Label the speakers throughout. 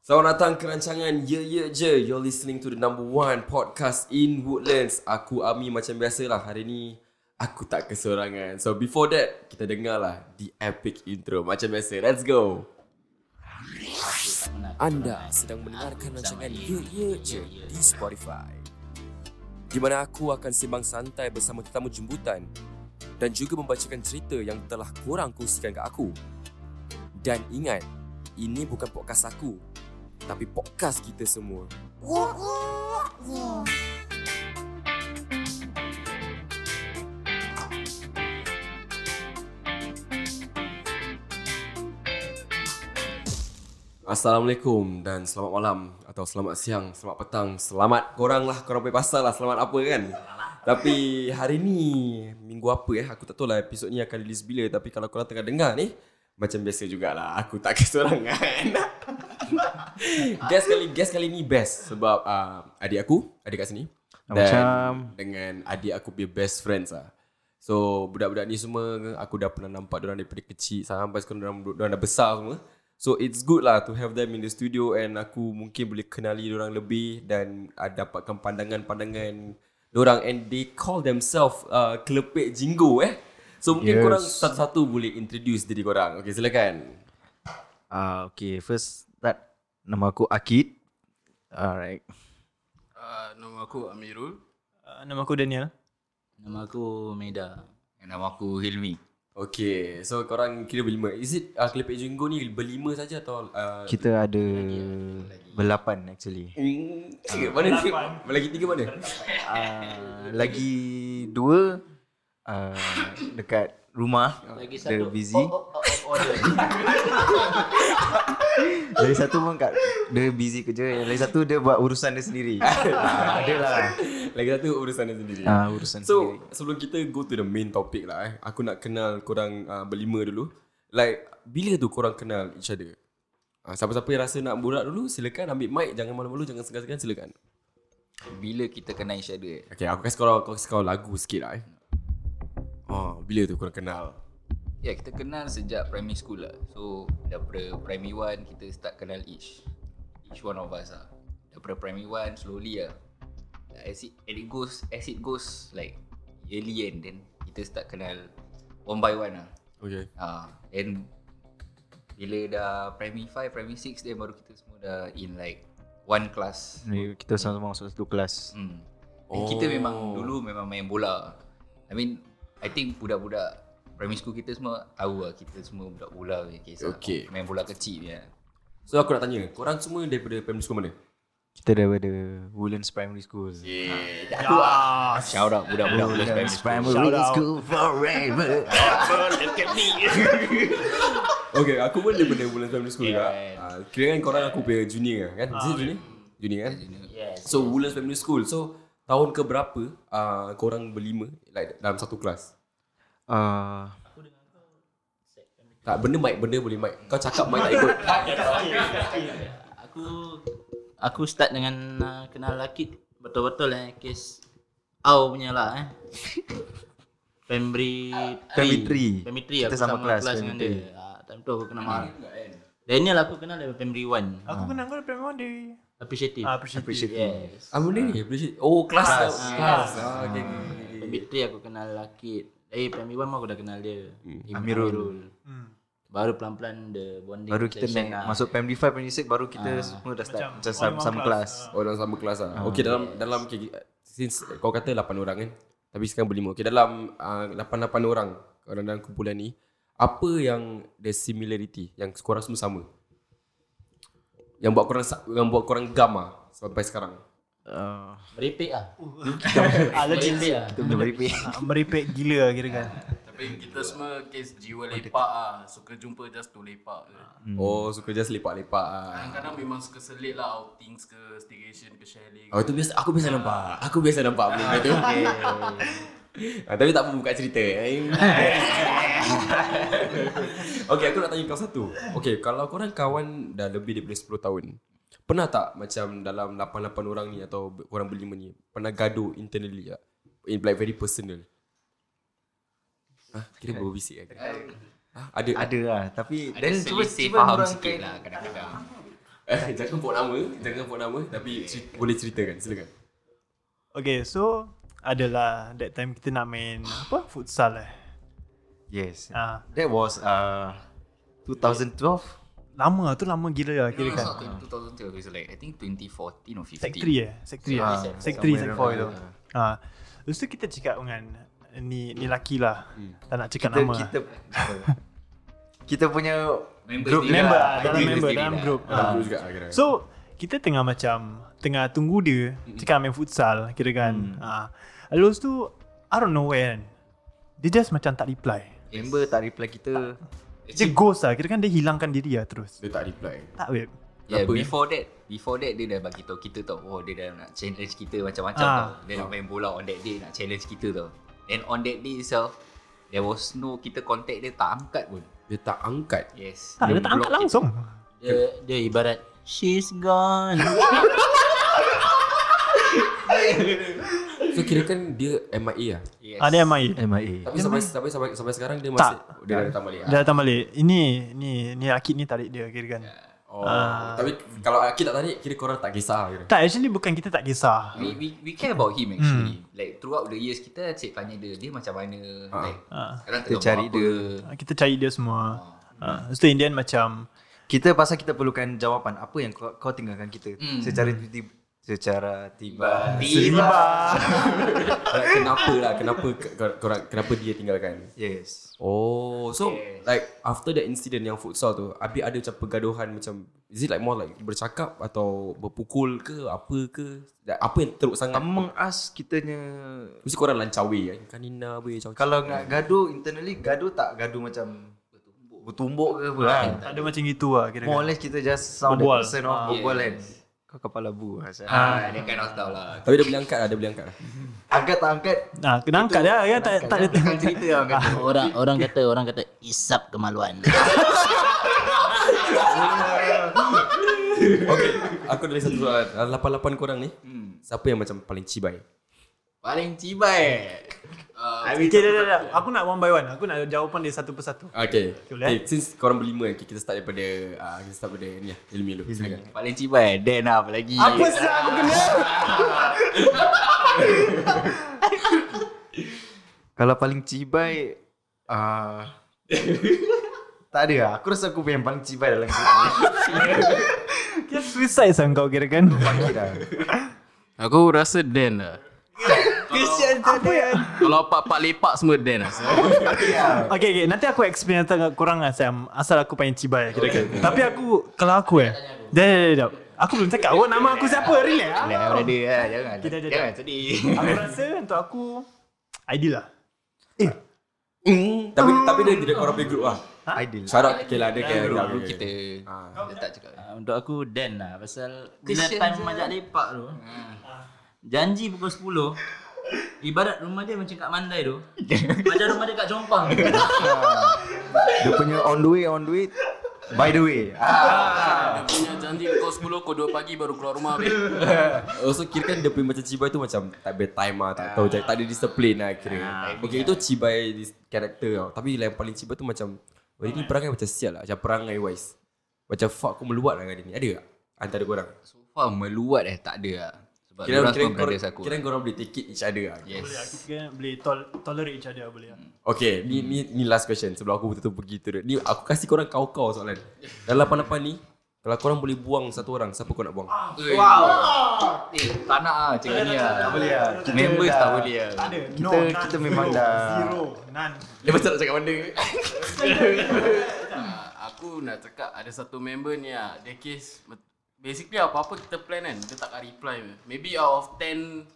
Speaker 1: Selamat datang ke rancangan Ye Ye Je You're listening to the number one podcast in Woodlands Aku Ami macam biasalah Hari ni aku tak kesorangan So before that kita dengarlah the epic intro Macam biasa let's go Anda sedang mendengarkan rancangan Ye Ye Je di Spotify Di mana aku akan sembang santai bersama tetamu jemputan Dan juga membacakan cerita yang telah korang kongsikan ke aku Dan ingat, ini bukan podcast aku Tapi podcast kita semua Assalamualaikum dan selamat malam Atau selamat siang, selamat petang Selamat korang lah, korang punya pasal lah Selamat apa kan Tapi hari ni Minggu apa eh Aku tak tahu lah episod ni akan rilis bila Tapi kalau korang tengah dengar ni Macam biasa jugalah Aku tak kesorangan Guest kali guest kali ni best Sebab uh, adik aku Adik kat sini Dan
Speaker 2: Ah, Macam-
Speaker 1: Dengan adik aku punya best friends lah So budak-budak ni semua Aku dah pernah nampak Diorang daripada kecil Sampai sekarang diorang, diorang dah besar semua So it's good lah To have them in the studio And aku mungkin boleh kenali Diorang lebih Dan uh, dapatkan pandangan-pandangan Diorang And they call themselves uh, Kelepek Jinggo eh So mungkin yes.
Speaker 2: Yes.
Speaker 1: korang satu-satu Boleh introduce diri korang Okay silakan
Speaker 2: Ah, okay, first start nama aku Akid. Alright.
Speaker 3: Uh, nama aku Amirul.
Speaker 4: Uh, nama aku Daniel.
Speaker 3: Nama aku Meda. Dan nama aku Hilmi.
Speaker 1: Okay So korang kira berlima Is it uh, Kelepek Jinggo ni Berlima saja atau uh,
Speaker 2: Kita ada belapan actually.
Speaker 1: Hmm, tiga mana tiga? Lagi tiga mana?
Speaker 2: Ah, lagi dua ah, dekat rumah.
Speaker 3: Lagi
Speaker 2: Dia
Speaker 3: satu.
Speaker 2: busy.
Speaker 3: Oh, oh, oh, order.
Speaker 2: Lagi satu pun kat dia busy kerja. Yang lagi satu dia buat urusan dia sendiri. Ah, ada lah.
Speaker 1: Lagi satu urusan dia sendiri.
Speaker 2: Ah, urusan
Speaker 1: So sebelum kita go to the main topic lah eh Aku nak kenal korang uh, berlima dulu Like bila tu korang kenal each other uh, Siapa-siapa yang rasa nak borak dulu silakan ambil mic Jangan malu-malu jangan segan-segan silakan
Speaker 3: Bila kita kenal each other eh?
Speaker 1: Okay aku kasi korang, aku kasi korang lagu sikit lah eh Oh, bila tu korang kenal
Speaker 3: Ya, yeah, kita kenal sejak primary school lah. So, daripada primary one, kita start kenal each. Each one of us lah. Daripada primary one, slowly lah. Like, As it, as it goes, as it goes, like, yearly and then kita start kenal one by one lah.
Speaker 1: Okay
Speaker 3: Ah, and bila dah primary 5, primary 6 then baru kita semua dah in like one class.
Speaker 2: sendiri. Kita sama-sama masuk satu kelas.
Speaker 3: Hmm. Dan oh. kita memang dulu memang main bola. I mean, I think budak-budak primary school kita semua tahu lah kita semua budak bola punya kisah.
Speaker 1: Okay.
Speaker 3: Main bola kecil je.
Speaker 1: So aku nak tanya Korang semua daripada primary school mana?
Speaker 2: Kita daripada Woodlands Primary School.
Speaker 3: Yeah. Aku ah. Shout out
Speaker 4: Oh,
Speaker 3: budak-budak bola primary
Speaker 2: Woodlands Primary School
Speaker 3: school.
Speaker 2: forever.
Speaker 1: Okay aku pun daripada bulan primary school yeah. juga
Speaker 3: Yeah.
Speaker 1: uh, Kira kan korang aku punya junior kan? Is it junior? Junior kan?
Speaker 3: Yes.
Speaker 1: So Woodlands Primary School So tahun ke berapa uh, korang berlima like dalam satu kelas?
Speaker 2: Ah,
Speaker 1: Tak benda mic benda boleh mic. Kau cakap mic tak ikut.
Speaker 5: Aku aku start dengan uh, kenal lelaki betul-betul eh kes au punya lah eh. Primary
Speaker 2: Primary three.
Speaker 5: three. Primary three,
Speaker 2: Kita
Speaker 5: aku
Speaker 2: sama
Speaker 5: sama,
Speaker 2: kelas,
Speaker 5: kelas, dengan
Speaker 2: primary
Speaker 5: dia. Ah, time tu aku kenal Mark.
Speaker 4: kan?
Speaker 5: Daniel aku kenal dari primary 1.
Speaker 4: Aku kenal kau daripada mana dari
Speaker 5: Appreciative.
Speaker 4: Ah, appreciative.
Speaker 5: Yes.
Speaker 1: Ah benda ni appreciate. Oh kelas kelas. kelas. Ah, okay, okay, okay.
Speaker 5: Primary 3 aku kenal lelaki. Eh primary 1 aku dah kenal dia. Im-
Speaker 2: Amirul.
Speaker 4: Hmm.
Speaker 5: Baru pelan-pelan the bonding.
Speaker 2: baru kita
Speaker 5: session
Speaker 2: naik
Speaker 5: lah.
Speaker 2: masuk primary 5 primary 6 baru kita semua dah start macam, sama, sama kelas.
Speaker 1: Oh dalam sama kelas lah. Okay dalam dalam okay, since kau kata 8 orang kan. Tapi sekarang berlima. Okay dalam uh, 8-8 orang orang dalam kumpulan ni apa yang the similarity yang korang semua sama? Yang buat korang sa- yang buat korang gam lah sampai sekarang.
Speaker 2: Uh,
Speaker 5: Merepek lah.
Speaker 4: Ah, legit.
Speaker 5: Merepek lah.
Speaker 2: kita beripik.
Speaker 4: Ah, meripik gila lah kira kan.
Speaker 6: Tapi kita semua kes jiwa lepak ah. Suka jumpa just to lepak je.
Speaker 1: Oh suka just lepak-lepak ah.
Speaker 6: Kadang-kadang memang suka selit lah outings ke, staycation ke, chalet ke.
Speaker 1: Oh tu biasa aku biasa nampak. Aku biasa nampak benda tu. Ah, tapi tak apa buka cerita. okay, aku nak tanya kau satu. Okay, kalau korang kawan dah lebih daripada 10 tahun. Pernah tak macam dalam 8-8 orang ni atau ber- korang berlima ni pernah gaduh internally tak? In like very personal. Hah, kira berbisik kan? Hah, ada
Speaker 2: Ada lah tapi
Speaker 3: Ada
Speaker 2: then cuba
Speaker 3: selisih
Speaker 2: cuba
Speaker 3: faham
Speaker 2: orang
Speaker 3: sikit lah kadang-kadang.
Speaker 1: Eh, jangan buat nama, jangan buat nama tapi cer- boleh ceritakan silakan.
Speaker 4: Okay so Adalah That time kita nak main Apa Futsal eh
Speaker 2: Yes.
Speaker 4: ah,
Speaker 2: That was uh 2012.
Speaker 4: Lama tu lama gila lah
Speaker 3: No,
Speaker 4: Kira
Speaker 3: it's
Speaker 4: kan
Speaker 3: not 2012. It's like I think 2014 or 15.
Speaker 4: Sec 3 eh Sec 3 eh
Speaker 2: Ah,
Speaker 4: Sec 3 Sec
Speaker 2: somewhere
Speaker 4: 4 tu
Speaker 2: around there.
Speaker 4: ha. Lepas tu kita cakap dengan Ni ni laki lah Tak nak cakap
Speaker 2: Kita
Speaker 4: nama
Speaker 2: kita kita punya
Speaker 3: Member
Speaker 2: group
Speaker 3: sendiri
Speaker 2: leader
Speaker 4: Member
Speaker 3: lah.
Speaker 4: lah Dalam
Speaker 3: Kita
Speaker 4: member
Speaker 3: sendiri
Speaker 4: Dalam
Speaker 3: lah.
Speaker 4: group
Speaker 1: Dalam
Speaker 4: Ah.
Speaker 1: group juga ah, kira.
Speaker 4: So kita tengah macam tengah tunggu dia cakap main futsal kira
Speaker 3: Mm.
Speaker 4: kan. Hmm. Ha. Lepas tu I don't know where kan. Dia just macam tak reply.
Speaker 2: member tak reply kita.
Speaker 4: Dia ghost lah kira kan dia hilangkan diri lah terus.
Speaker 1: dia tak reply.
Speaker 4: Tak web.
Speaker 3: Yeah,
Speaker 1: Apa, eh?
Speaker 3: before that, before that dia dah bagi tahu kita tau. Oh, dia dah nak challenge kita macam-macam tau.
Speaker 4: Ah.
Speaker 3: Dia nak main bola on that day nak challenge kita tau. And on that day itself, there was no kita contact dia tak angkat pun.
Speaker 1: Dia tak angkat.
Speaker 3: Yes.
Speaker 4: Tak, dia tak angkat
Speaker 3: block
Speaker 4: langsung.
Speaker 5: Dia, dia ibarat She's gone
Speaker 1: So kira kan dia MIA lah.
Speaker 3: kita. Yes.
Speaker 4: Ada Ah, yang main.
Speaker 2: MIA.
Speaker 1: Tapi sampai, sampai sampai sampai sekarang dia
Speaker 4: Tak.
Speaker 1: masih dia dah datang balik.
Speaker 4: Dia datang balik. Ini ni ni Akid ni tarik dia kira kan.
Speaker 1: Oh, tapi kalau Aki tak tarik kira korang tak kisah kira.
Speaker 4: Tak actually bukan kita tak kisah.
Speaker 3: We, we, we care about him actually. Hmm. Like throughout the years kita asyik tanya dia, dia macam mana.
Speaker 1: Ah.
Speaker 3: Like,
Speaker 4: Ah.
Speaker 3: sekarang
Speaker 2: Kita
Speaker 3: tengah
Speaker 2: cari
Speaker 3: buat apa.
Speaker 2: dia.
Speaker 4: Kita cari dia semua.
Speaker 3: Oh.
Speaker 4: Ha. Lepas tu Indian macam
Speaker 2: Kita pasal kita perlukan jawapan apa yang kau, kau tinggalkan kita
Speaker 3: Hmm.
Speaker 2: secara tiba secara tiba.
Speaker 1: Like, kenapa lah kenapa k- kor- korang kenapa dia tinggalkan?
Speaker 2: Yes.
Speaker 1: Oh, so
Speaker 3: Yes.
Speaker 1: like after that incident yang futsal tu, abi ada macam pergaduhan macam is it like more like bercakap atau berpukul ke apa ke? Like, apa yang teruk sangat?
Speaker 2: Among us kitanya
Speaker 1: Mesti korang lancawi kan. Kanina weh cau.
Speaker 2: kalau nak gaduh internally gaduh tak gaduh macam bertumbuk, bertumbuk ke apa kan?
Speaker 4: tak ada macam gitu lah kira
Speaker 2: More or
Speaker 4: kan.
Speaker 2: less kita just sound
Speaker 4: Berbual.
Speaker 2: that person off
Speaker 4: Ah.
Speaker 2: berbual kan. Kau kepala bu. Ah.
Speaker 3: Ah, dia kind of tahu lah.
Speaker 1: tapi dia boleh angkat lah, dia boleh angkat lah.
Speaker 2: Angkat tak angkat
Speaker 4: Nah, kena angkat dia kan tak tak ada
Speaker 2: Bukan cerita orang kata
Speaker 5: Orang orang kata Orang kata Isap kemaluan
Speaker 1: Okay, aku ada lagi satu soalan. Ah, Lapan-lapan korang ni, siapa yang macam paling cibai?
Speaker 3: Hmm. Paling cibai. Uh,
Speaker 4: Okay, dah, dah, dah. Aku nak one by one. Aku nak jawapan dia satu persatu.
Speaker 1: Okay,
Speaker 4: Boleh,
Speaker 1: okay since korang berlima, okay, kita start daripada uh, kita start daripada ni lah, Ilmi dulu. Silakan.
Speaker 3: paling cibai. Dan apa lagi?
Speaker 4: sih aku kena?
Speaker 2: Kalau paling cibai uh, Tak ada lah Aku rasa aku yang paling cibai dalam grup ni
Speaker 4: Kira suicide sang kau kira kan?
Speaker 2: Bangkit lah
Speaker 6: Aku rasa Dan lah.
Speaker 4: Kesian apa ya?
Speaker 6: Kalau pak-pak lepak semua Dan lah.
Speaker 4: Okay, okay. Nanti aku explain tentang korang lah Sam. Asal aku paling cibai kira kan. Tapi aku, kalau aku eh. Dah, dah, dah, dah. Aku belum cakap. Oh, nama aku siapa? Relax lah.
Speaker 3: Lah brother lah jangan.
Speaker 4: Kita ada-
Speaker 3: jangan sedih.
Speaker 4: Aku rasa untuk aku, ideal lah. Eh,
Speaker 1: Mm, tapi tapi dia tidak korang punya group lah.
Speaker 2: Ideal
Speaker 1: Syarat okay lah, dia kena
Speaker 3: Dulu
Speaker 1: group
Speaker 3: dulu
Speaker 1: kita.
Speaker 3: kita dia tak cakap.
Speaker 5: Ah, Untuk aku Dan lah Pasal Bila
Speaker 3: Kesian
Speaker 5: time
Speaker 3: je. Hmm.
Speaker 5: majak lepak tu Janji pukul 10 Ibarat rumah dia macam kat Mandai tu Macam rumah dia kat Jompang
Speaker 2: Dia punya on the way on the way By the way Ah,
Speaker 6: Dia punya janji kau 10 kau 2 pagi baru keluar rumah habis.
Speaker 1: Also kira kan dia punya macam cibai tu macam tak ada time lah, tak tahu, tak ada disiplin lah kira. Okay, itu cibai dis- karakter tau. Tapi yang paling cibai tu macam, oh, ini perangai macam sial lah, macam perangai wise. Macam fuck aku meluat lah dengan dia ni. Ada tak? Antara korang.
Speaker 3: So far meluat eh tak ada lah. Sebab
Speaker 1: Kira
Speaker 3: kira,
Speaker 1: kira
Speaker 3: orang semua
Speaker 1: korang,
Speaker 3: brothers aku.
Speaker 1: kira korang boleh take it each other lah.
Speaker 3: yes.
Speaker 4: boleh aku kira boleh tol- tolerate each other boleh lah.
Speaker 1: Okay, ni ni ni last question sebelum aku betul-betul pergi tu. Ni aku kasih korang kau-kau soalan. Dalam lapan-lapan ni, kalau korang boleh buang satu orang, siapa korang nak buang?
Speaker 3: Wow. Eh, tak nak ah macam ni lah. Tak boleh
Speaker 2: lah. Kita
Speaker 3: Members
Speaker 2: dah-
Speaker 3: tak boleh lah.
Speaker 4: Tak ada.
Speaker 2: Kita- kita memang dah-
Speaker 4: Zero. None.
Speaker 1: Dia macam nak cakap benda.
Speaker 6: Ah, aku nak cakap ada satu member ni ah, dia case basically apa-apa kita plan kan, dia tak akan reply. Maybe out of 10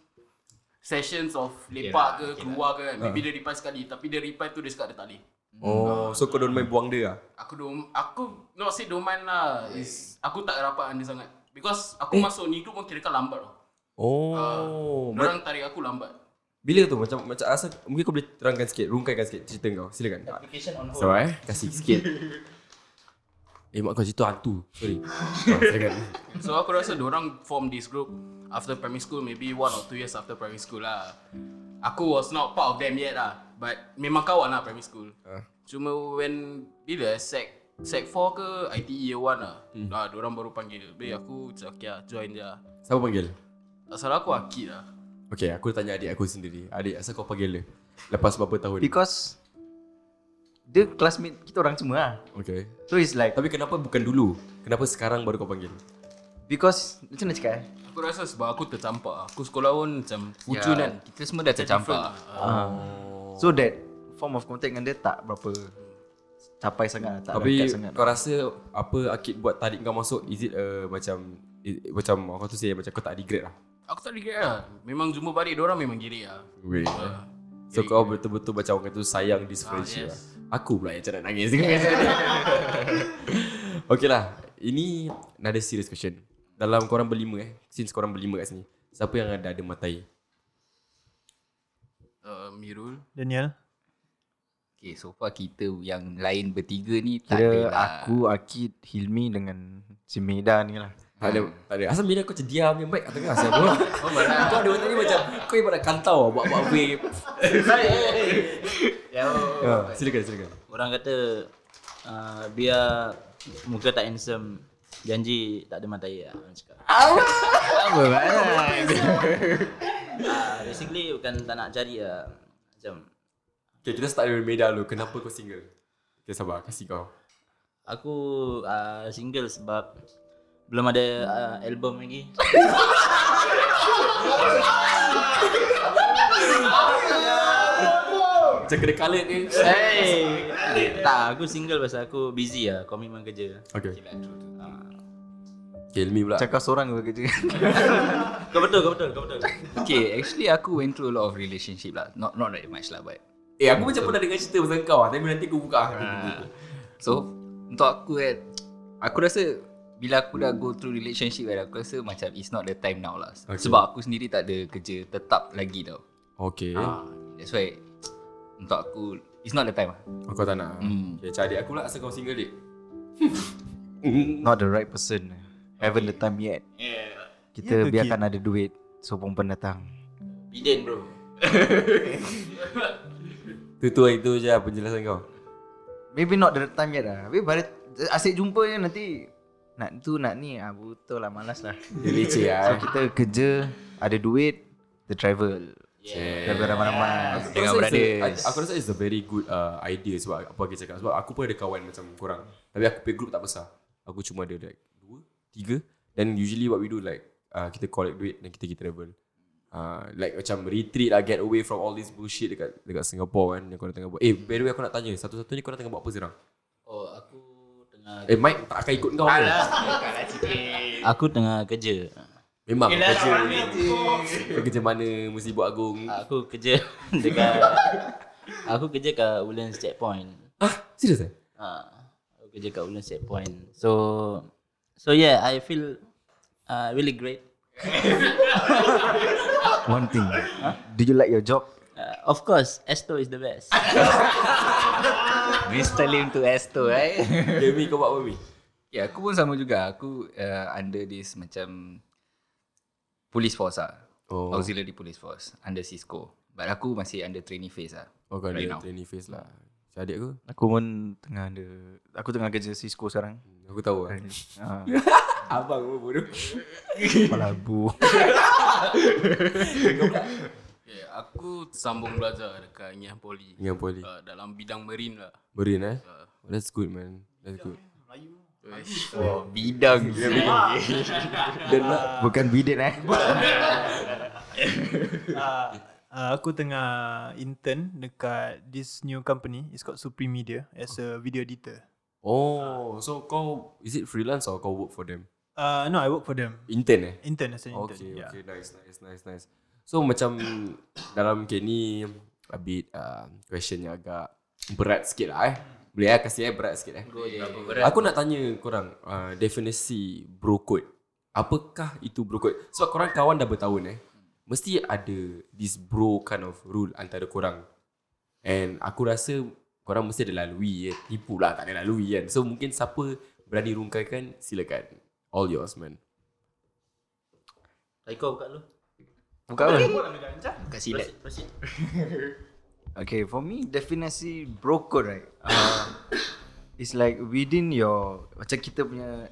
Speaker 6: sessions of lepak
Speaker 3: Yelah,
Speaker 6: ke keluar ke kan, maybe dia reply sekali tapi dia reply tu dia cakap dia tak boleh.
Speaker 1: Oh, so kau don't main buang dia lah?
Speaker 6: Aku dom aku not say doman lah. Is aku tak rapat dengan dia sangat. Because aku masuk ni group pun kira kan lambat tau.
Speaker 1: Oh, ma-
Speaker 6: Orang tarik aku lambat.
Speaker 1: bila tu macam macam rasa mungkin kau boleh terangkan sikit, rungkaikan sikit cerita kau. Silakan.
Speaker 5: Application on
Speaker 1: So eh, kasih sikit. Eh mak kau situ hantu. Sorry. Oh, silakan.
Speaker 6: So aku rasa orang form this group after primary school, maybe one or two years after primary school lah. Aku was not part of them yet lah. But memang kawan lah primary school. Cuma when bila sec Sec 4 ke ITE year 1 lah hmm. Ah, diorang baru panggil Beh aku macam, okay lah join je lah
Speaker 1: Siapa panggil?
Speaker 6: Tak salah aku Akid lah
Speaker 1: Okay, aku tanya adik aku sendiri. Adik, asal kau panggil dia? Lepas berapa tahun?
Speaker 2: Because dia classmate kita orang semua lah.
Speaker 1: Okay.
Speaker 2: So it's like
Speaker 1: Tapi kenapa bukan dulu? Kenapa sekarang baru kau panggil?
Speaker 2: because macam mana cakap eh?
Speaker 6: Aku rasa sebab aku tercampak Aku sekolah pun macam Fucun kan
Speaker 3: Kita semua dah tercampak
Speaker 2: ah. Oh. So that form of contact dengan dia tak berapa capai sangat lah, tak
Speaker 1: Tapi
Speaker 2: dekat sangat.
Speaker 1: kau rasa apa Akid buat tarik kau masuk is it uh, macam i- macam orang tu say macam kau tak degrade lah.
Speaker 6: Aku tak regret lah Memang jumpa balik Diorang memang giri lah
Speaker 1: Wait. So kau betul-betul macam orang tu sayang
Speaker 2: Ah,
Speaker 1: this friendship
Speaker 6: yes.
Speaker 1: lah. Aku pula yang macam nak nangis dengan Okay lah. Ini another serious question. Dalam korang berlima eh. Since korang berlima kat sini. Siapa yang ada ada matai?
Speaker 6: uh, Mirul
Speaker 4: Daniel
Speaker 3: Okay so far kita yang lain bertiga ni Tak ada
Speaker 2: Kira
Speaker 3: lah
Speaker 2: aku, Akid, Hilmi dengan si Meda ni lah.
Speaker 1: Tak ada, tak ada. Asal bila kau macam diam yang baik kat tengah siapa?
Speaker 2: Oh,
Speaker 1: kau ada waktu ni macam kau ibarat kantau lah, buat-buat wave. Ha, silakan, silakan.
Speaker 5: Ya, Orang kata uh, biar muka tak handsome janji tak ada matai lah orang cakap. Apa? Apa Ah, basically bukan tak nak cari lah. Macam
Speaker 1: Okay, kita start dari Meda dulu. Kenapa kau single? Okay, sabar. Kasih kau.
Speaker 5: aku uh, single sebab belum ada uh, album lagi.
Speaker 1: Macam kena colored ni.
Speaker 5: hey. tak, aku single pasal aku busy lah, komitmen kerja.
Speaker 1: Okay. Okay, Ilmi pula.
Speaker 2: Macam kau seorang ke kerja.
Speaker 5: Kau betul, kau betul, kau betul.
Speaker 3: Okay actually aku went through a lot of relationship lah Not not that much lah but
Speaker 1: Eh, aku macam pernah dengar cerita pasal kau lah. Tapi nanti aku buka. Aku buka.
Speaker 3: So untuk aku kan Aku rasa bila aku dah go through relationship kan Aku rasa macam it's not the time now lah
Speaker 1: Okay.
Speaker 3: okay. Sebab aku sendiri tak ada kerja tetap lagi tau
Speaker 1: Okay.
Speaker 3: ah, That's why Untuk aku It's not the time lah
Speaker 1: Oh, kau tak nak.
Speaker 3: Hmm.
Speaker 1: Okay, macam adik aku pula. Asal kau single, dik?
Speaker 2: Not the right person. Haven't the time yet. Kita
Speaker 4: Ya ke, Kid?
Speaker 2: biarkan ada duit. So perempuan datang.
Speaker 5: Biden bro.
Speaker 1: Tu, tu, itu je lah penjelasan kau.
Speaker 2: Maybe not the time yet lah. Maybe balik asyik jumpa je nanti. Nak tu, nak ni. Ah, betul lah, malas lah.
Speaker 1: Dia leceh
Speaker 2: So
Speaker 1: lah. eh.
Speaker 2: kita kerja, ada duit, kita travel.
Speaker 1: Yeah.
Speaker 2: Travel ramai-ramai.
Speaker 1: Aku
Speaker 3: Dengan
Speaker 1: rasa it's a-
Speaker 3: brothers.
Speaker 1: I- Aku rasa it's a very good uh, idea sebab apa aku cakap sebab aku pun ada kawan macam korang. Tapi aku punya group tak besar. Aku cuma ada like dua, tiga dan usually what we do like uh, kita collect duit dan kita pergi travel. Uh, like macam retreat lah, get away from all this bullshit dekat dekat Singapore kan yang korang tengah buat. Eh, by the way aku nak tanya, satu-satunya korang tengah buat apa sekarang?
Speaker 5: Oh, aku tengah
Speaker 1: Eh, Mike tak akan ikut kau ke?
Speaker 5: Eh, aku tengah kerja.
Speaker 1: Memang kerja. Kau kerja mana mesti buat agung.
Speaker 5: Aku kerja dekat aku kerja kat Woodlands checkpoint.
Speaker 1: Ah, serius eh?
Speaker 5: Ha, aku kerja kat Woodlands checkpoint. So so yeah, I feel uh, really great.
Speaker 2: One thing. Do you like your job?
Speaker 5: Uh, of course, Esto is the best.
Speaker 3: Mr. Lim to Esto eh
Speaker 1: Okay, Mi kau buat apa Mi?
Speaker 3: Ya aku pun sama juga Aku uh, under this macam Police force lah
Speaker 1: Oh.
Speaker 3: oh. Auxiliary police force Under Cisco But aku masih under trainee phase lah
Speaker 1: Oh, kau
Speaker 3: Right
Speaker 1: ada
Speaker 3: now.
Speaker 1: trainee face lah. Si adik aku?
Speaker 2: Aku pun tengah ada Aku tengah kerja Cisco sekarang
Speaker 1: Aku tahu lah.
Speaker 2: ha,
Speaker 1: Abang pun bodoh.
Speaker 2: Malabu
Speaker 6: okay, Ya, Aku sambung belajar dekat Ngah Poly
Speaker 1: Dengan poli.
Speaker 6: uh, Dalam bidang marine lah
Speaker 1: Marine eh? Oh, that's good man. That's good.
Speaker 3: Oh bidang
Speaker 1: Dan lah.
Speaker 2: Bukan bidet eh
Speaker 4: uh, uh, aku tengah intern dekat this new company. It's called Supreme Media as a video editor.
Speaker 1: Oh, so kau is it freelance or kau work for them?
Speaker 4: Uh, no, I work for them.
Speaker 1: Intern eh?
Speaker 4: Intern as an intern.
Speaker 1: Okay,
Speaker 4: Ya. yeah.
Speaker 1: okay, nice, nice, nice, nice. So macam dalam okay, ni a bit uh, question yang agak berat sikit lah eh. Boleh eh, kasih eh berat sikit eh. Aku nak tanya korang uh, definisi bro code. Apakah itu bro code? Sebab korang kawan dah bertahun eh. Mesti ada this bro kind of rule antara korang. And aku rasa korang mesti ada lalui eh. Tipu lah tak ada lalui kan. So mungkin siapa berani rungkaikan silakan. All yours man.
Speaker 5: Taiko buka dulu.
Speaker 2: Bukan apa
Speaker 3: Kat silat
Speaker 5: Proceed.
Speaker 2: Okay for me Definisi bro code right uh, It's like within your macam kita punya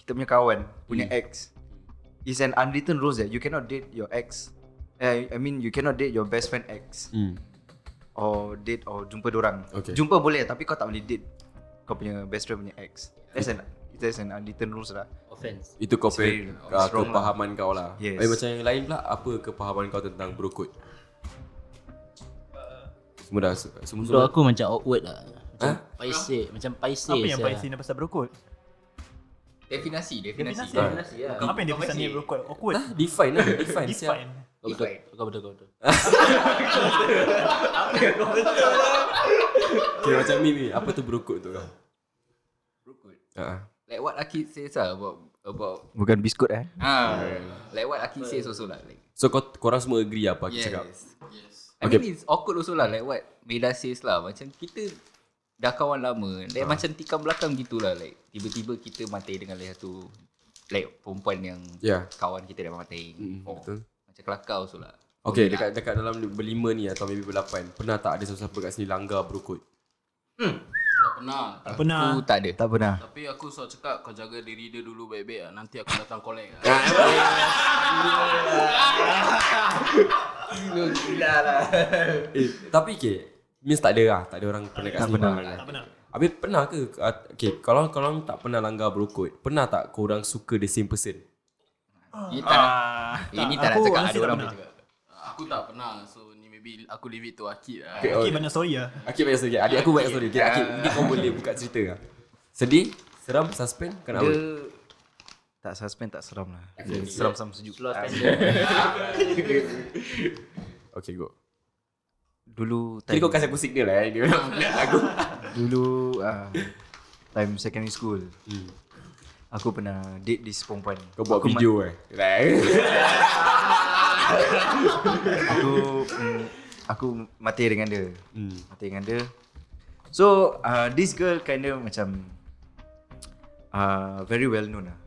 Speaker 2: kita punya kawan, punya ex. It's an unwritten rules that you cannot date your ex. Eh, I mean you cannot date your best friend ex
Speaker 1: Hmm.
Speaker 2: or date or jumpa dorang.
Speaker 1: Okay.
Speaker 2: Jumpa boleh tapi kau tak boleh date kau punya best friend punya ex. That's an that's an unwritten rules lah.
Speaker 5: Offense.
Speaker 1: Itu kau
Speaker 2: It's very
Speaker 1: punya uh,
Speaker 2: strong lah.
Speaker 1: kepahaman kau lah. Eh,
Speaker 2: Yes.
Speaker 1: macam yang lain pula, apa kepahaman kau tentang bro code? Semua dah, semua
Speaker 5: Untuk
Speaker 1: semua.
Speaker 5: aku macam awkward lah. Macam
Speaker 1: Hah?
Speaker 5: paisik, macam paisik.
Speaker 4: Apa yang
Speaker 5: sia.
Speaker 4: Paisin pasal bro code?
Speaker 3: Definasi, definasi.
Speaker 4: Definasi.
Speaker 3: Ah.
Speaker 5: Nasi lah.
Speaker 4: Apa yang dia pesan ni bro code? Awkward.
Speaker 1: Dah, define lah, define. siap.
Speaker 4: Define.
Speaker 5: Kau betul, kau betul, kau betul.
Speaker 1: Okay, macam Mimi, apa tu bro code tu kau?
Speaker 3: Bro code.
Speaker 1: Uh,
Speaker 3: Like what Aki says lah about about
Speaker 2: Bukan biskut eh.
Speaker 3: ah like what Aki says also lah like
Speaker 1: so kau korang semua agree lah apa aku
Speaker 3: yes.
Speaker 1: cakap?
Speaker 6: Yes.
Speaker 3: I
Speaker 1: Okay.
Speaker 3: mean it's awkward also lah like what Meda says lah macam kita dah kawan
Speaker 1: Ah.
Speaker 3: lama like macam tikam belakang gitulah like tiba-tiba kita matai dengan lagi satu like perempuan yang
Speaker 1: Ya.
Speaker 3: kawan kita dah matai
Speaker 1: Mm,
Speaker 3: oh,
Speaker 1: betul.
Speaker 3: macam kelakar also lah
Speaker 1: Okay, dekat dekat dalam berlima ni atau maybe berlapan, pernah tak ada siapa-siapa kat sini langgar bro code?
Speaker 6: Tak pernah.
Speaker 4: Tak
Speaker 3: tu
Speaker 4: pernah.
Speaker 3: tak ada
Speaker 2: Tak pernah.
Speaker 6: Tapi aku selalu cakap kau jaga diri dia dulu baik-baik lah. Nanti aku datang collect lah.
Speaker 1: Eh, tapi okay, means tak ada lah, tak ada orang pernah kat sini.
Speaker 2: pernah.
Speaker 1: Tak
Speaker 4: pernah.
Speaker 1: Habis pernah ke, uh, okay, kalau korang tak pernah langgar bro code, pernah tak korang suka the same person?
Speaker 3: Ini tak nak
Speaker 4: Ah,
Speaker 3: Ini
Speaker 4: tak.
Speaker 3: tak nak
Speaker 4: Aku
Speaker 3: cakap ada orang
Speaker 4: honestly tak pernah.
Speaker 3: boleh cakap
Speaker 6: Aku tak pernah. So ni maybe aku leave it to Akid lah.
Speaker 1: Okay, oh,
Speaker 4: Okay,
Speaker 1: okay.
Speaker 4: banyak story lah.
Speaker 1: Akib banyak story. Adik aku banyak story. Okay, Akib, mungkin kau boleh buka cerita lah. Sedih? Seram? Suspend?
Speaker 2: Dia
Speaker 1: Kenapa?
Speaker 2: tak suspend tak seram lah. Seram sama sejuk.
Speaker 5: Seluar
Speaker 2: Ah,
Speaker 5: standard.
Speaker 1: Okay, go.
Speaker 2: Dulu
Speaker 1: Jadi kau kasih aku signal lah eh. Dia nak nak aku.
Speaker 2: Dulu uh, Time secondary school Aku pernah date this perempuan
Speaker 1: Hmm. Kau buat
Speaker 2: aku ma-
Speaker 1: video eh.
Speaker 2: Aku mm, Aku mati dengan dia
Speaker 1: Hmm.
Speaker 2: Mati dengan dia So uh, This girl kinda macam uh, Very well known lah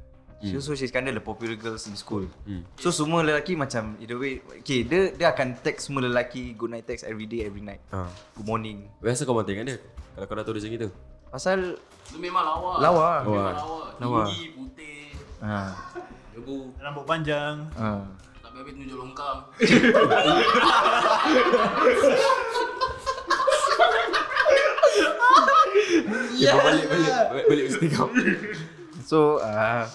Speaker 2: So, so she's kinda the popular girls in school
Speaker 1: Hmm.
Speaker 2: So semua lelaki macam Either way Okay dia dia akan text semua lelaki Good night text every day every night
Speaker 1: Ha.
Speaker 2: Good morning
Speaker 1: Biasa kau mati dengan dia? Kalau kau dah tahu dia macam gitu?
Speaker 2: Pasal
Speaker 6: Lu memang lawa.
Speaker 2: Lawa.
Speaker 6: Memang
Speaker 1: Lawa.
Speaker 6: lawa.
Speaker 2: Lawa.
Speaker 6: Tinggi, putih,
Speaker 2: uh,
Speaker 6: debu.
Speaker 4: Rambut panjang.
Speaker 2: uh,
Speaker 6: Tak habis tunjuk longkang.
Speaker 1: Yeah. Balik, balik, balik, balik mesti kau.
Speaker 2: So uh,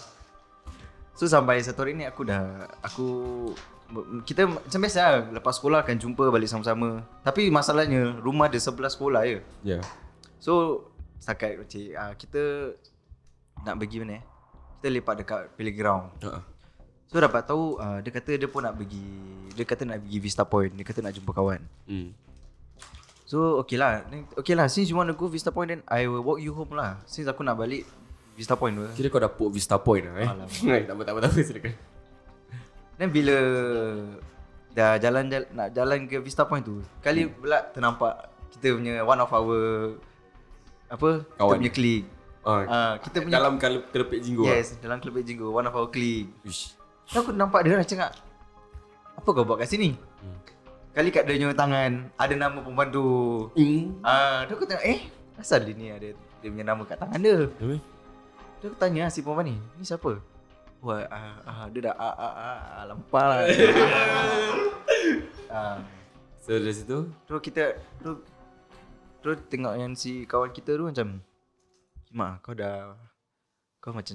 Speaker 2: So sampai satu hari ni aku dah Aku Kita macam biasa lah Lepas sekolah akan jumpa balik sama-sama Tapi masalahnya Rumah ada sebelah sekolah je
Speaker 1: Ya.
Speaker 2: So Setakat cik, uh, Kita Nak pergi mana eh Kita lepak dekat playground
Speaker 1: Ha.
Speaker 2: So dapat tahu uh, Dia kata dia pun nak pergi Dia kata nak pergi Vista Point Dia kata nak jumpa kawan
Speaker 1: Hmm.
Speaker 2: So okay lah Then, Okay lah Since you want to go Vista Point Then I will walk you home lah Since aku nak balik Vista Point dulu
Speaker 1: Kira kau dah put Vista Point lah eh. Eh, tak apa, tak apa, tak apa. Silakan.
Speaker 2: Then bila dah jalan, jalan nak jalan ke Vista Point tu, kali hmm. pula ternampak kita punya one of our apa?
Speaker 1: Kawan.
Speaker 2: Kita punya clique.
Speaker 1: Ha.
Speaker 2: Ah, kita punya
Speaker 1: Dalam kal- kelepek jinggu lah.
Speaker 2: Yes, dalam kelab Jingo, one of our clique.
Speaker 1: Ish.
Speaker 2: So, aku nampak dia dah cakap, apa kau buat kat sini?
Speaker 1: Hmm.
Speaker 2: Kali kat dia punya tangan ada nama perempuan tu.
Speaker 1: Hmm.
Speaker 2: Ah, tu aku tengok eh, asal dia ni ada dia punya nama kat tangan dia.
Speaker 1: Habis?
Speaker 2: Dia aku tanya lah si perempuan ni Ni siapa? Wah, ah, ah, dia dah ah, ah, ah, ah lempar lah ah.
Speaker 1: So dari situ?
Speaker 2: Terus kita Terus Terus tengok yang si kawan kita tu macam Mak kau dah Kau macam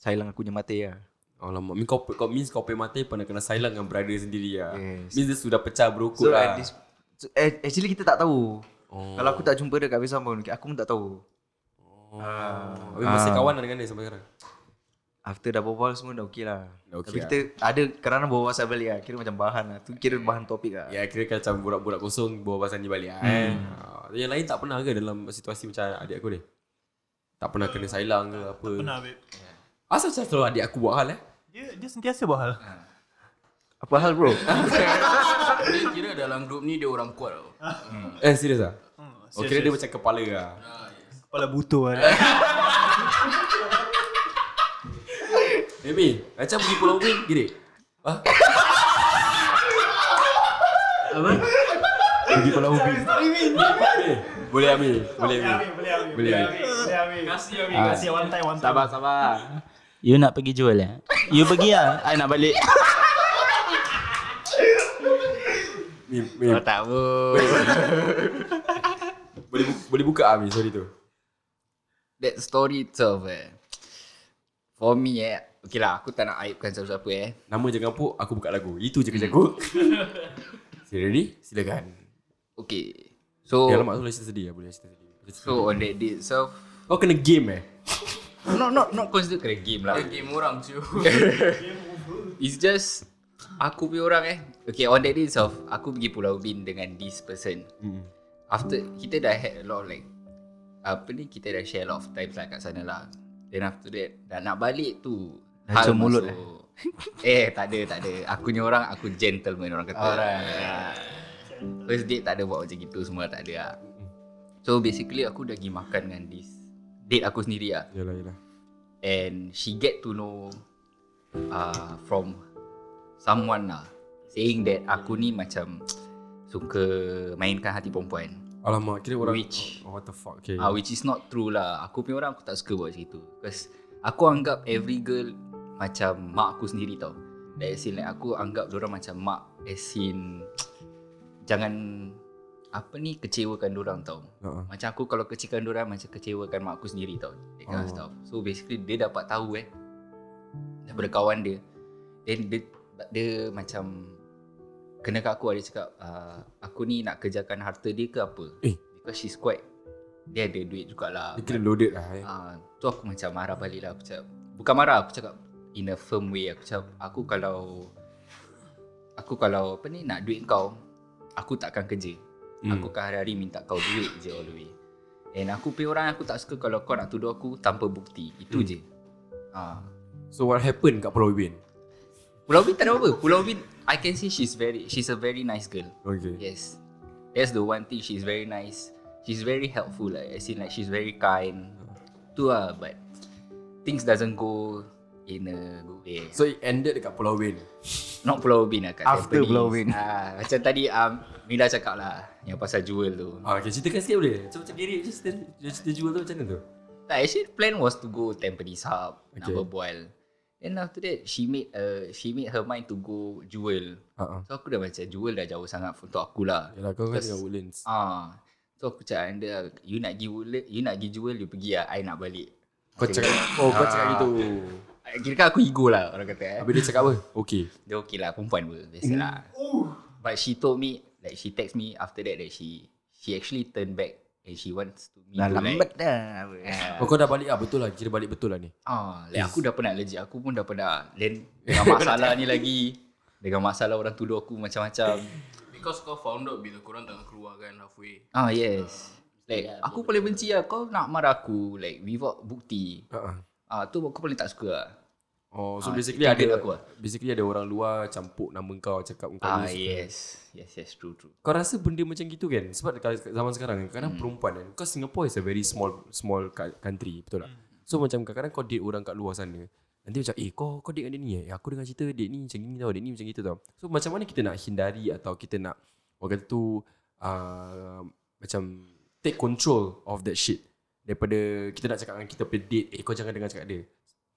Speaker 2: Sailang aku punya mata ya
Speaker 1: Alamak, mean kau, kau means kau pay mati pernah kena silent dengan brother sendiri lah.
Speaker 2: Yes.
Speaker 1: Means dia sudah pecah bro
Speaker 2: So
Speaker 1: code lah.
Speaker 2: at this so, eh, Actually kita tak tahu
Speaker 1: Oh.
Speaker 2: Kalau aku tak jumpa dia kat Besar pun Aku pun tak tahu
Speaker 1: Oh. Habis masih
Speaker 2: Ah.
Speaker 1: kawan lah dengan dia sampai sekarang?
Speaker 2: After dah berbual semua dah okey lah
Speaker 1: Dah okey
Speaker 2: Tapi kita ada kerana berbual saya balik lah Kira macam bahan lah Tu kira bahan topik lah
Speaker 1: Ya kira kan macam borak-borak kosong bawa pasal ni balik lah eh. Ah, Yang lain tak pernah ke dalam situasi macam adik aku ni? Tak pernah kena sailang ke apa?
Speaker 4: Pernah babe.
Speaker 1: Asal macam selalu adik aku buat hal eh?
Speaker 4: Dia dia sentiasa buat hal.
Speaker 2: Apa hal bro?
Speaker 6: Dia kira dalam grup ni dia orang kuat tau.
Speaker 1: Eh serius lah?
Speaker 4: Hmm,
Speaker 1: Oh,
Speaker 4: serius,
Speaker 1: kira dia
Speaker 4: serius.
Speaker 1: macam kepala lah.
Speaker 4: kepala butuh lah.
Speaker 1: Maybe macam pergi Pulau Ubin gini. Hah?
Speaker 5: Apa?
Speaker 1: Eh, Pergi Pulau Ubin. Boleh ambil, boleh ambil. Boleh ambil. Boleh ambil.
Speaker 4: Amir. Kasih Amir. Kasih Ah, one time one time.
Speaker 5: Sabar, sabar. You nak pergi jual eh? You pergi lah. I nak balik.
Speaker 1: Mim, mim.
Speaker 3: Oh, tak apa.
Speaker 1: Boleh, bu- boleh buka Ami sorry tu.
Speaker 3: That story itself eh. For me eh. Okay lah, aku tak nak aibkan siapa-siapa eh.
Speaker 1: Nama jangan puk, aku buka lagu. Itu je kerja aku.
Speaker 3: Hmm.
Speaker 1: so, ready? Silakan.
Speaker 3: Okay.
Speaker 1: Oh.
Speaker 3: So,
Speaker 1: Eh, alamak tu boleh cerita sedih lah. Boleh cerita sedih. Boleh cerita
Speaker 3: so on that day itself,
Speaker 1: sedih. Kau kena game eh?
Speaker 3: not not not consider kena game lah.
Speaker 6: Game orang tu.
Speaker 3: It's just aku punya orang eh. Okay, on that day itself, aku pergi Pulau Ubin dengan this person.
Speaker 1: Mm.
Speaker 3: After kita dah had a lot of like apa ni kita dah share a lot of times lah kat sana lah. Then after that dah nak balik tu
Speaker 2: Dah cium mulut lah.
Speaker 3: masuk. Eh tak ada tak ada. Aku ni orang aku gentleman orang kata. Alright. First date tak ada buat macam gitu semua tak ada lah. So basically aku dah pergi makan dengan this date aku sendiri lah
Speaker 1: Yalah, yalah.
Speaker 3: and she get to know uh, from someone lah saying that aku ni macam suka mainkan hati perempuan
Speaker 1: Alamak, kira orang...
Speaker 3: Which-
Speaker 1: Oh, what the fuck? Okay.
Speaker 3: yeah. uh, which is not true lah aku punya orang aku tak suka buat macam itu because aku anggap every girl macam mak aku sendiri tau like as in like aku anggap orang macam mak as in jangan apa ni kecewakan orang tau
Speaker 1: Uh-uh.
Speaker 3: macam aku kalau kecilkan dorang Macam kecewakan mak aku sendiri tau That kind of
Speaker 1: Oh.
Speaker 3: stuff So basically dia dapat tahu eh Daripada kawan dia Then dia, dia macam Kena kat aku lah, dia cakap uh, Aku ni nak kerjakan harta dia ke apa
Speaker 1: Eh.
Speaker 3: Because she's quite Dia ada duit jugalah
Speaker 1: Dia kira loaded lah eh.
Speaker 3: Ah, tu aku macam marah balik lah aku cakap. Bukan marah aku cakap in a firm way aku cakap aku kalau aku kalau apa ni nak duit kau aku takkan kerja.
Speaker 1: Hmm.
Speaker 3: Aku akan hari-hari minta kau duit je all the way. And aku pay orang aku tak suka kalau kau nak tuduh aku tanpa bukti. Itu je. Ah.
Speaker 1: So, what happened kat Pulau Ubin?
Speaker 3: Pulau Ubin tak ada apa. Pulau Ubin I can see she's very she's a very nice girl.
Speaker 1: Okay.
Speaker 3: Yes. That's the one thing she's very nice. She's very helpful like as in like she's very kind. Tu lah but things doesn't go in a good way.
Speaker 1: So,
Speaker 3: So,
Speaker 1: it ended dekat Pulau Ubin.
Speaker 3: Not Pulau Ubin lah kat
Speaker 2: After
Speaker 3: Tampines.
Speaker 2: Pulau Ubin.
Speaker 3: Ah, macam tadi um, Mida cakap lah yang pasal jewel tu.
Speaker 1: Ah, okay, ceritakan sikit boleh? Macam macam Gary, macam cerita, cerita jual tu macam mana tu?
Speaker 3: Tak, actually plan was to go Tampines Hub nak
Speaker 1: Okay.
Speaker 3: berbual. Then after that she made uh, she made her mind to go jewel.
Speaker 1: Uh-uh.
Speaker 3: So aku dah macam jewel dah jauh sangat untuk aku lah.
Speaker 1: Yalah, kau kan
Speaker 3: Yes.
Speaker 1: dengan Woodlands.
Speaker 3: Ah. So aku cakap dengan dia You nak pergi Woodland You nak pergi jewel You pergi lah I nak balik
Speaker 1: Kau cakap, oh kau cakap gitu.
Speaker 3: Kira kan aku ego lah Orang kata eh
Speaker 1: Ah. Habis dia cakap apa? Okay.
Speaker 3: Dia okay lah Perempuan pun Biasalah But she told me Like she text me After that that she She actually turn back And she wants to me
Speaker 2: Dah
Speaker 3: to
Speaker 2: lambat
Speaker 3: like,
Speaker 2: dah.
Speaker 3: Ah,
Speaker 1: Oh, kau dah balik lah, betul lah. Kira balik betul lah ni.
Speaker 3: ah, like aku dah penat legit Aku pun dah penat Then Dengan masalah ni lagi Dengan masalah orang tuduh aku Macam-macam
Speaker 6: Because kau found out bila korang tengah keluar kan halfway.
Speaker 3: Ah yes Like aku paling benci lah Kau nak marah aku Like without bukti
Speaker 1: Uh-uh.
Speaker 3: Ah tu aku paling tak suka lah
Speaker 1: Oh, so
Speaker 3: Ah,
Speaker 1: basically ada
Speaker 3: itu target aku lah.
Speaker 1: basically ada orang luar campur nama kau cakap kau
Speaker 3: Ah
Speaker 1: ni suka.
Speaker 3: yes, yes yes true true.
Speaker 1: Kau rasa benda macam gitu kan? Sebab kalau kat zaman sekarang kan, kadang perempuan kan, kau Singapore is a very small small ca- country, betul tak? So macam kadang-kadang kau date orang kat luar sana, nanti macam eh kau kau date dengan dia ni eh, Eh, aku dengar cerita date ni macam gini tau, date ni macam gitu tau. So macam mana kita nak hindari atau kita nak orang kata tu uh, macam take control of that shit daripada kita nak cakap dengan kita punya date, eh kau jangan dengar cakap dia.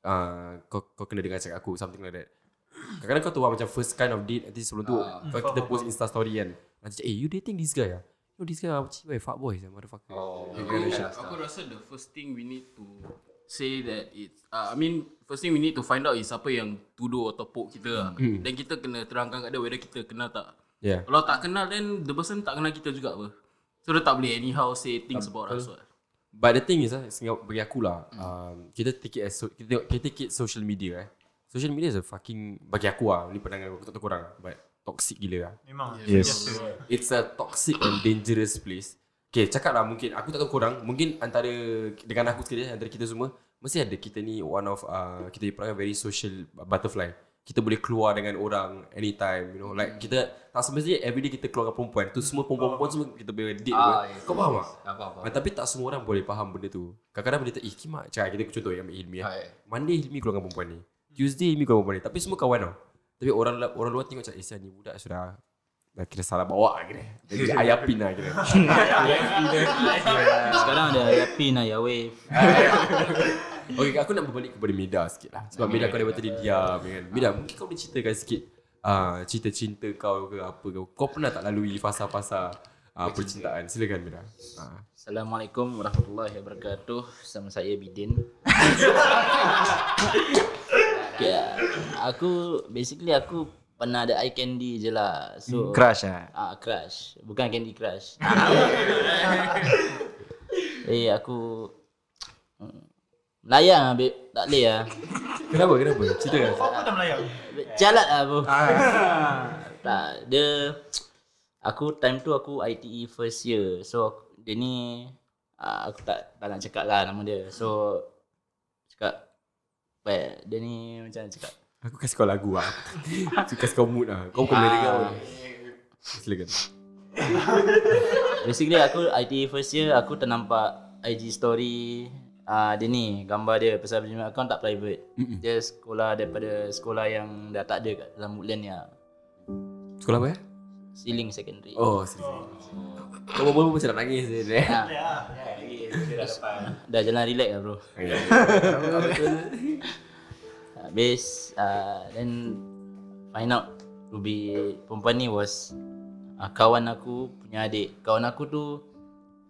Speaker 1: Uh, kau kau kena dengar cakap aku something like that. Kadang-kadang kau tu lah, macam first kind of date Nanti sebelum tu Kau kita post insta story kan Nanti cakap eh you dating this guy ah No this guy ah Cik boy fuck boy saya motherfucker
Speaker 3: Oh,
Speaker 6: Aku, aku rasa the first thing we need to say that it's uh, I mean first thing we need to find out is siapa yang tuduh atau pok kita lah. Mm. Then kita kena terangkan kat dia whether kita kenal tak.
Speaker 1: Yeah
Speaker 6: Kalau tak kenal then the person tak kenal kita juga apa. So dia tak boleh anyhow say things about us. what.
Speaker 1: But the thing is ah Singapore bagi aku lah um, Kita take it as so, kita, tengok- kita take it social media eh Social media is a fucking Bagi aku lah Ni pandangan aku tak tahu korang But toxic gila lah
Speaker 4: Memang.
Speaker 2: Yes.
Speaker 1: It's a toxic and dangerous place Okay cakap lah mungkin Aku tak tahu korang Mungkin antara Dengan aku sekali eh, Antara kita semua Mesti ada kita ni One of uh, Kita diperankan very social butterfly Kita boleh keluar dengan orang Anytime You know Like kita Tak semestinya everyday kita keluar dengan perempuan Tu semua perempuan-perempuan semua Kita boleh date apa.
Speaker 3: Ah, yes,
Speaker 1: Kau faham tak?
Speaker 3: Apa apa.
Speaker 1: Ah, tapi tak semua orang boleh faham benda tu Kadang-kadang benda tu Eh kimak Cakap kita contoh yang ambil Hilmi eh.
Speaker 3: Hai.
Speaker 1: Monday Hilmi keluar dengan perempuan ni Tuesday Hilmi keluar dengan perempuan ni Tapi semua kawan tau Tapi orang orang luar tengok macam Eh sial, ni budak sudah Dah kira salah bawa lah kira Jadi ayapin lah kira
Speaker 7: Sekarang ada Yapin, Yahweh.
Speaker 1: Okay aku nak berbalik kepada Meda sikit lah Sebab Meda kau daripada tadi diam kan Meda mungkin kau boleh ceritakan sikit uh, Cerita-cinta kau ke apa kau Kau pernah tak lalui fasa-fasa uh, percintaan Silakan Meda uh.
Speaker 5: Assalamualaikum warahmatullahi wabarakatuh. Sama saya Bidin. okay, aku basically aku pernah ada eye candy je lah. So
Speaker 2: Crush lah
Speaker 5: Ah, crush. Bukan Candy Crush. eh, aku Hmm. Melayang lah, babe. Tak boleh lah.
Speaker 1: Kenapa kenapa? Ceritakan
Speaker 5: Jalat lah, bro. tak, dia... Aku, time tu aku ITE first year. So, aku- dia ni... ah, aku tak, tak nak cakap lah nama dia. So, cakap... Baik, dia ni macam mana cakap.
Speaker 1: Aku kasih kau lagu lah Aku kasih kau mood lah Kau bukan boleh dengar pun. Silakan
Speaker 5: Basically aku IT first year aku ternampak IG story ah uh, dia ni gambar dia pasal dia punya account tak private. Mm-mm. Dia sekolah daripada sekolah yang dah tak ada kat dalam Woodland ya.
Speaker 1: Sekolah apa ya?
Speaker 5: Siling secondary.
Speaker 1: Oh serius Kau berbual macam nak nangis je eh.
Speaker 5: Dah jalan relax lah bro. Habis uh, then find out Ruby perempuan ni was uh, kawan aku punya adik. Kawan aku tu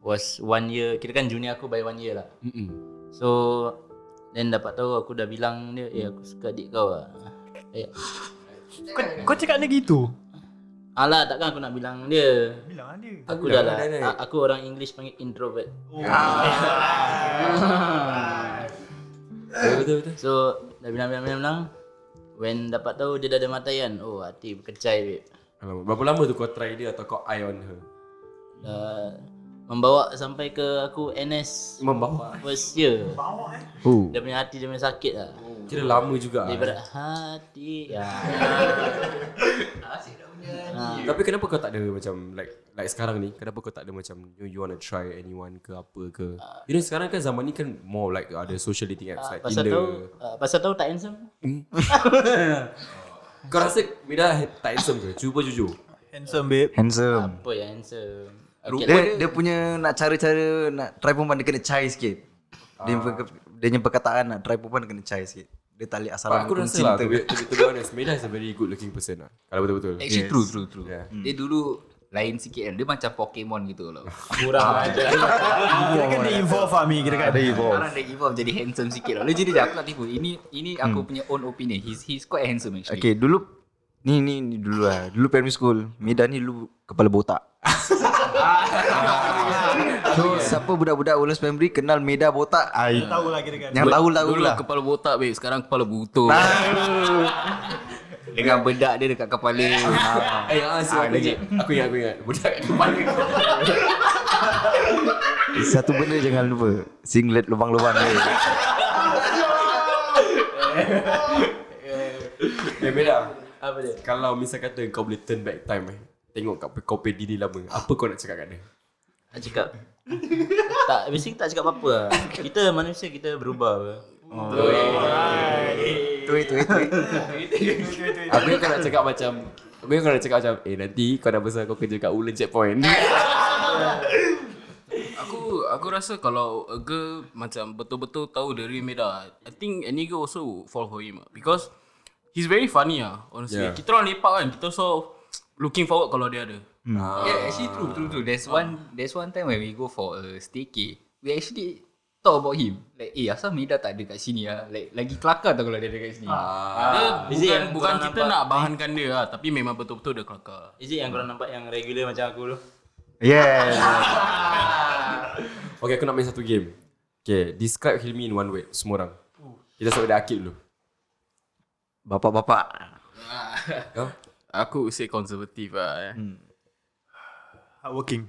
Speaker 5: was one year, kira kan junior aku by one year lah.
Speaker 1: Mm-mm.
Speaker 5: So Then dapat tahu aku dah bilang dia Eh aku suka adik kau lah eh,
Speaker 4: Kau, kau cakap dia gitu?
Speaker 5: Alah takkan aku nak bilang dia
Speaker 4: Bilang dia.
Speaker 5: Aku
Speaker 1: Dah,
Speaker 5: dah lah
Speaker 1: dah, dah. Oh,
Speaker 5: a- Aku orang English panggil introvert
Speaker 1: Betul betul betul
Speaker 5: So dah bilang bilang bilang, bilang. When dapat tahu dia dah ada mataian Oh hati berkecai babe
Speaker 1: Alamak, Berapa lama tu kau try dia atau kau eye on her?
Speaker 5: Dah Membawa sampai ke aku NS
Speaker 1: Membawa
Speaker 5: First year
Speaker 2: Who?
Speaker 5: Dia punya hati dia punya sakit lah
Speaker 1: Kira lama juga ah.
Speaker 5: Daripada hati ya.
Speaker 1: Tapi kenapa kau tak ada macam like like sekarang ni kenapa kau tak ada macam you, you want to try anyone ke apa ke?
Speaker 5: Ah.
Speaker 1: you know sekarang kan zaman ni kan more like ada social dating apps like
Speaker 5: Pasal
Speaker 1: Tinder.
Speaker 5: tahu ah, Pasal tahu tak handsome
Speaker 1: Kau rasa Mira tak handsome ke? Cuba jujur.
Speaker 4: Handsome babe.
Speaker 2: Handsome
Speaker 5: Apa yang handsome Okay,
Speaker 2: Ah, dia, dia punya nak cara-cara nak try perempuan dia kena cai sikit. Dia, uh. dia punya perkataan nak try perempuan dia kena cai sikit. Dia tak boleh asal
Speaker 1: But aku rasa lah to be, to, be, to be honest Mira is a very good looking person lah. Kalau betul-betul.
Speaker 5: Eh,
Speaker 6: Actually yes. true true true. Hmm.
Speaker 1: Yeah.
Speaker 6: Yeah. Dia dulu lain sikit kan. Dia macam Pokemon gitu loh. Ah,
Speaker 4: Kira kan dia involve lah Mi. Kira kan.
Speaker 2: ada evolve.
Speaker 6: Sekarang dia evolve jadi handsome sikit loh. Legit dia aku tak tipu. Ini ini aku punya own opinion. He's he's quite handsome actually.
Speaker 2: Okay, dulu ni ni, ni dulu lah. Dulu primary school, Meda ni dulu kepala botak. so siapa budak-budak Woodlands primary kenal Meda botak? Ai.
Speaker 4: Tahu lah kira kan.
Speaker 2: Yang tahu tahu
Speaker 6: Dulu
Speaker 2: lah.
Speaker 6: kepala botak babe, sekarang kepala butuh. Dengan bedak dia dekat kepala.
Speaker 1: Eh, ah, so, aku, ingat, aku ingat, aku ingat. Budak kepala
Speaker 2: Satu benda jangan lupa. Singlet lubang-lubang ni.
Speaker 1: Eh, Mira.
Speaker 5: Apa dia
Speaker 1: Kalau misal kata kau boleh turn back time eh. Tengok kat kau pay diri lama. Apa kau nak cakap kat dia?
Speaker 5: Tak cakap Tak, basically tak cakap apa-apa lah Kita manusia, kita berubah apa
Speaker 2: Tuit tuit tuit.
Speaker 1: Aku ingat kau nak cakap macam Aku ingat kau nak cakap macam Eh nanti kau dah besar kau kerja kat Ulan Checkpoint
Speaker 6: Aku aku rasa kalau a girl macam betul-betul tahu dari Meda, I think any girl also would fall for him ah. because he's very funny ah honestly.
Speaker 1: Yeah.
Speaker 6: Yeah. Kita orang lepak kan, kita so looking forward kalau dia ada.
Speaker 1: ah.
Speaker 6: actually true true true. There's one there's one time when we go for a staycay, we actually talk about him. Like eh asal Meda tak ada kat sini ah. Like lagi kelakar tau kalau dia ada kat sini. Ah. Dia
Speaker 5: Is it
Speaker 6: bukan
Speaker 5: yang
Speaker 6: bukan
Speaker 5: korang
Speaker 6: kita
Speaker 5: nampak?
Speaker 6: nak bahankan dia ah, tapi memang betul-betul dia kelakar.
Speaker 5: Is it yang korang nampak yang regular macam aku tu?
Speaker 2: Yeah.
Speaker 1: Okay aku nak main satu game Okay Describe Hilmi in one word Semua orang Kita start dari Akib dulu
Speaker 2: Bapak-bapak.
Speaker 1: Kau?
Speaker 6: Aku would say conservative ah. Eh. Hmm.
Speaker 4: Hardworking.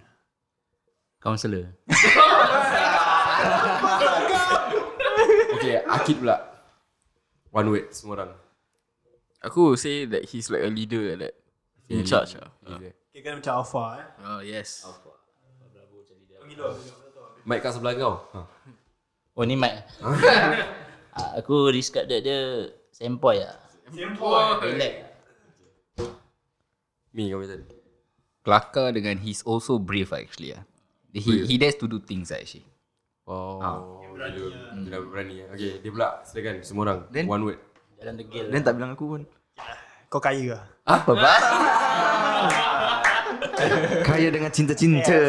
Speaker 5: Counselor
Speaker 1: Okay Akib pula One word Semua orang
Speaker 6: Aku would say that he's like a leader like that. In charge ah.
Speaker 1: okay.
Speaker 4: Kira kan macam alpha eh.
Speaker 6: Oh yes.
Speaker 1: Mic kat sebelah kau ha.
Speaker 5: Oh ni Mike Ah, Aku describe dia, dia Sempoi lah Sempoi Relax
Speaker 1: Mi kau macam tadi
Speaker 3: Kelakar dengan he's also brave ah, actually ah. He he dares to do things ah, actually.
Speaker 1: Oh.
Speaker 2: Ah.
Speaker 1: Dia, dia dah berani. ya. Okay, dia pula silakan semua orang.
Speaker 2: Then-
Speaker 1: One word.
Speaker 5: Jalan degil.
Speaker 2: Dan tak bilang aku pun
Speaker 4: Kau kaya lah. ke?
Speaker 3: Apa bah?
Speaker 2: Kaya dengan cinta-cinta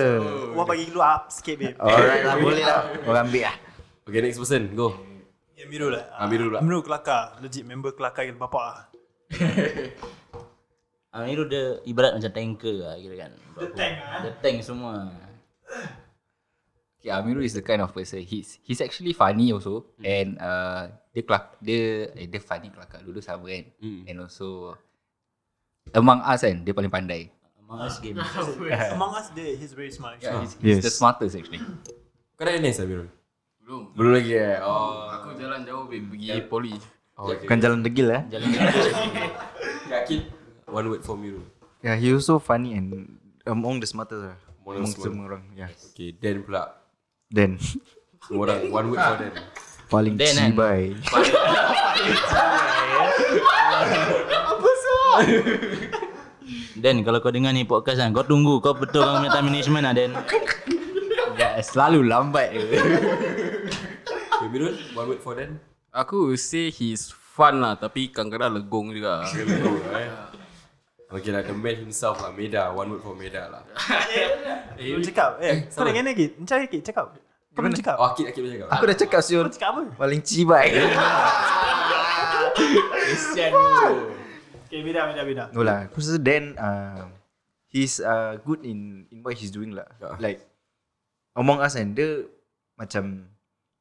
Speaker 4: Wah bagi lu up sikit babe.
Speaker 2: Alright lah boleh lah Orang ambil lah
Speaker 1: Okay, next person. Go.
Speaker 4: Ya Mirul lah.
Speaker 1: Ah, Mirul pula.
Speaker 4: Mirul kelakar. Legit member kelakar yang bapak lah.
Speaker 5: Ah, ni dia ibarat macam tanker lah kira kan. The tank The tank semua.
Speaker 3: Okay, Amirul is the kind of person he's he's actually funny also
Speaker 1: Hmm.
Speaker 3: mm. and uh, dia kelak dia eh, dia funny kelakar dulu sama kan
Speaker 2: Hmm.
Speaker 1: Hmm.
Speaker 3: mm. and also among us kan dia paling pandai.
Speaker 5: Among Us game.
Speaker 4: Among us dia, he's very smart.
Speaker 3: Yeah,
Speaker 4: actually.
Speaker 3: he's, he's
Speaker 2: Yes.
Speaker 3: the smartest actually.
Speaker 1: Kau dah NS lah Mirul?
Speaker 6: Belum.
Speaker 1: Belum lagi eh? Oh.
Speaker 6: Aku jalan jauh babe, pergi yeah. poli.
Speaker 1: oh okay.
Speaker 2: Bukan jalan degil lah
Speaker 5: Jalan degil.
Speaker 1: Yakin? One word for Mirul.
Speaker 2: Yeah he also funny and Among the smartest lah
Speaker 1: Among the
Speaker 2: Among
Speaker 1: smartest.
Speaker 2: semua orang Yeah
Speaker 1: Okay, Dan pula.
Speaker 2: Dan
Speaker 1: Semua orang. One word for Dan.
Speaker 2: Paling
Speaker 5: Dan, kan?
Speaker 2: cibai
Speaker 5: Dan kalau kau dengar ni podcast kan, kau tunggu kau betul kau punya time management lah Dan.
Speaker 3: Dia selalu lambat je.
Speaker 1: Okay, Mirul, one word for Dan.
Speaker 6: Aku say he's fun lah tapi kadang-kadang legong juga. ah.
Speaker 1: Go, eh. Okay lah, the man himself lah. Meda. One word for Meda lah.
Speaker 4: Kau cakap. Eh, kau nak kena Kit? Macam Kit, cakap. Kau belum cakap.
Speaker 1: Oh, Akid, Akid boleh cakap.
Speaker 2: Aku dah cakap siul
Speaker 4: Kau cakap apa?
Speaker 2: Paling cibai
Speaker 4: Okay, beda, beda, beda.
Speaker 2: No lah Aku rasa Dan uh, He's uh, good in In what he's doing lah
Speaker 1: Yeah.
Speaker 2: Like Among us kan Dia Macam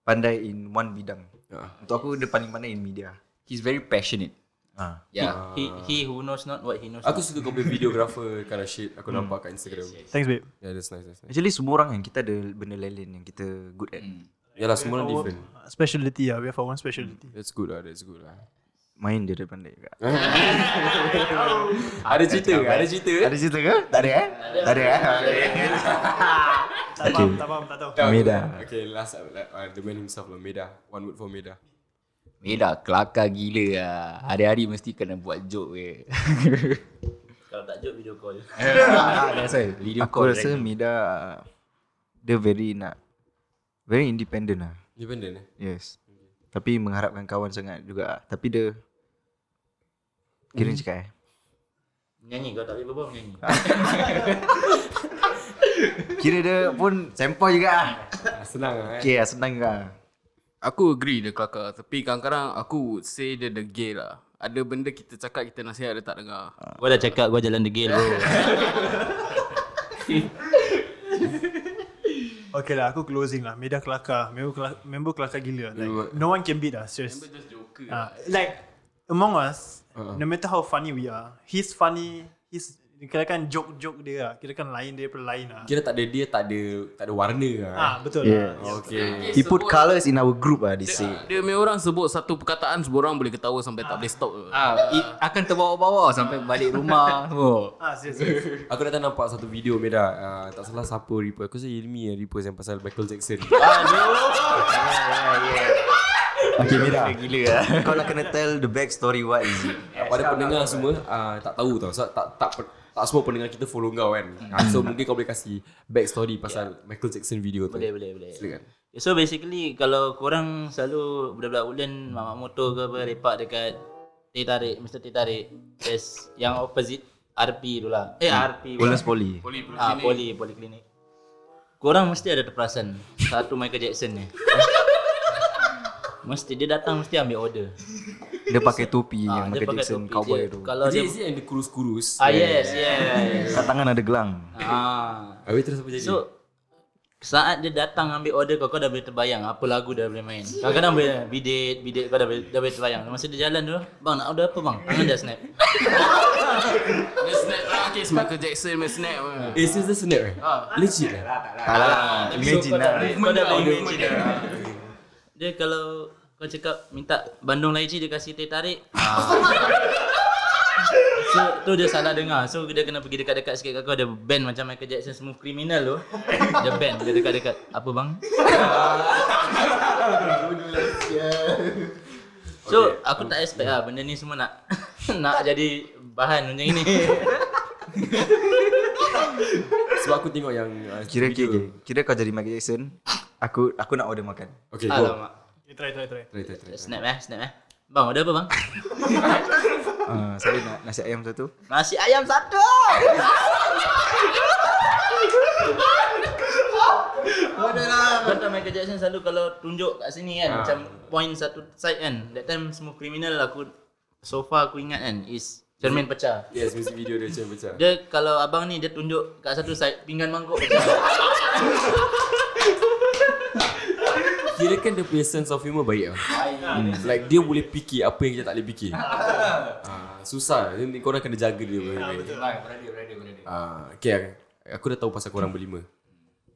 Speaker 2: Pandai in one bidang
Speaker 1: Yeah.
Speaker 2: Untuk aku dia paling pandai in media
Speaker 3: He's very passionate.
Speaker 2: Ah,
Speaker 3: Yeah.
Speaker 5: He, he who knows not what he knows.
Speaker 1: Aku suka kau punya videographer kind of shit. Aku nampak kat Instagram.
Speaker 4: Thanks babe.
Speaker 1: Yeah, that's nice, that's nice.
Speaker 2: Actually semua orang kan Kita ada benda lain yang kita good at
Speaker 3: Mm.
Speaker 1: Yalah, semua orang different.
Speaker 4: Speciality lah. We have our one speciality.
Speaker 1: That's good lah, that's good lah.
Speaker 2: Main dia dia pandai juga
Speaker 1: Ada cerita ke? Ada cerita ke?
Speaker 2: Ada cerita ke? Tak ada eh? Tak ada eh?
Speaker 4: Tak faham, tak faham, tak tahu.
Speaker 1: Tak,
Speaker 2: Meda.
Speaker 1: Okay, last uh, uh, the man himself lah, Meda. One word for Meda.
Speaker 3: Meda kelakar gila lah. Hari-hari mesti kena buat joke je.
Speaker 5: Kalau tak joke video call.
Speaker 3: Ah, That's why video
Speaker 2: Aku
Speaker 3: call.
Speaker 2: rasa Mida uh, Dia very nak Very independent lah
Speaker 1: Independent eh?
Speaker 2: Yes Tapi mengharapkan kawan sangat juga ah. Tapi dia Kira ni cakap eh
Speaker 5: Nyanyi kau tak boleh berbual nyanyi.
Speaker 2: Kira dia pun Sempoi juga ah.
Speaker 1: Ah, senang lah eh.
Speaker 2: Okay lah senang juga ah.
Speaker 6: Aku agree dia kelakar tapi kadang-kadang aku would say dia degil lah. Ada benda kita cakap kita nasihat dia tak dengar.
Speaker 5: Gua dah cakap gua jalan degil bro.
Speaker 4: Okay lah, aku closing lah. Meda kelakar. Member kelakar, member kelakar gila. lah. Like, no one can beat us, serious. Ah, like, among us, no matter how funny we are, he's funny, he's kira kan joke-joke dia lah. Kira kan lain daripada lain lah.
Speaker 1: Kira tak ada dia, tak ada tak ada warna lah.
Speaker 4: Ah, betul
Speaker 2: Yeah.
Speaker 4: lah.
Speaker 1: Okay.
Speaker 2: He put colours in our group lah They say
Speaker 6: Dia punya orang sebut satu perkataan semua orang boleh ketawa sampai tak boleh stop.
Speaker 3: Ah, it akan terbawa-bawa sampai balik rumah semua.
Speaker 4: Ah, serius, serius.
Speaker 1: Aku dah tak nampak satu video Meda. Uh, tak salah siapa repost. Aku rasa Ilmi yang repost yang pasal Michael Jackson.
Speaker 2: Okay Mira ah." Kau nak kena tell the back story what is it
Speaker 1: Ah, Pada pendengar semua uh, tak tahu tau. So, tak tak per- tak semua pendengar kita follow kau kan.
Speaker 5: Hmm.
Speaker 1: Ah, So mungkin kau boleh kasi backstory pasal Michael Jackson video tu.
Speaker 5: Boleh, boleh, boleh.
Speaker 1: Silakan.
Speaker 5: So basically kalau korang selalu budak-budak ulen mamak motor ke apa lepak dekat teh tarik, Mr. Teh tarik. There's yang opposite RP tu lah. Eh RP. pula.
Speaker 2: Woodlands Poly
Speaker 5: Ah, poli, poliklinik. Korang mesti ada terperasan satu Michael Jackson ni. mesti dia datang mesti ambil order.
Speaker 2: Dia pakai topi
Speaker 5: Ah,
Speaker 2: yang
Speaker 5: dia
Speaker 2: Michael
Speaker 5: pakai
Speaker 2: Jackson
Speaker 5: topi
Speaker 2: cowboy
Speaker 5: dia.
Speaker 2: tu
Speaker 5: Kalau
Speaker 1: Is
Speaker 5: dia
Speaker 1: it, is it yang dia kurus-kurus?
Speaker 5: Ah yes, yes.
Speaker 2: Kat tangan ada gelang
Speaker 5: ah.
Speaker 1: Habis terus apa jadi?
Speaker 5: So saat dia datang ambil order kau, kau dah boleh terbayang apa lagu dia boleh main. Kadang-kadang boleh eh, bidet, bidet kau dah boleh, dah boleh terbayang. Masa dia jalan tu, bang nak order apa bang? Tangan dia snap.
Speaker 6: Dia snap lah kes Michael Jackson main snap. ah.
Speaker 1: Eh, serius dia snap eh?
Speaker 5: Ah.
Speaker 1: Legit lah.
Speaker 2: Alah Imagine lah
Speaker 5: Kau dah boleh imagine lah. dia. Dia kalau kau cakap minta Bandung Lychee dia kasih teh tarik. so tu dia salah dengar. So dia kena pergi dekat-dekat sikit kat kau dia ban macam Michael Jackson smooth criminal tu. Dia ban dia dekat-dekat. Apa bang? So aku tak expect lah benda ni semua nak nak jadi bahan macam ini.
Speaker 1: Sebab aku tengok yang uh,
Speaker 2: Kira kira,
Speaker 1: video.
Speaker 2: kira, kira kau jadi Michael Jackson, aku aku nak order makan.
Speaker 1: Okay go
Speaker 5: Alamak.
Speaker 4: You try, try, try.
Speaker 1: Try try try
Speaker 5: Snap eh, snap eh. Bang, ada apa bang?
Speaker 2: Ah, saya nak nasi ayam satu.
Speaker 5: Nasi ayam satu. Ada lah Kata Michael Jackson selalu kalau tunjuk kat sini kan Macam point satu side kan That time semua criminal aku So far aku ingat kan Is cermin pecah
Speaker 1: Yes music video dia macam macam
Speaker 5: Dia kalau abang ni dia tunjuk kat satu side Pinggan mangkuk pecah
Speaker 1: Kira kan dia punya sense of humor baik lah hmm. Like dia boleh fikir apa yang kita tak boleh fikir Ah, Susah Jadi korang kena jaga dia betul
Speaker 3: Berada, berada, berada.
Speaker 1: Ah, Okay Aku dah tahu pasal korang berlima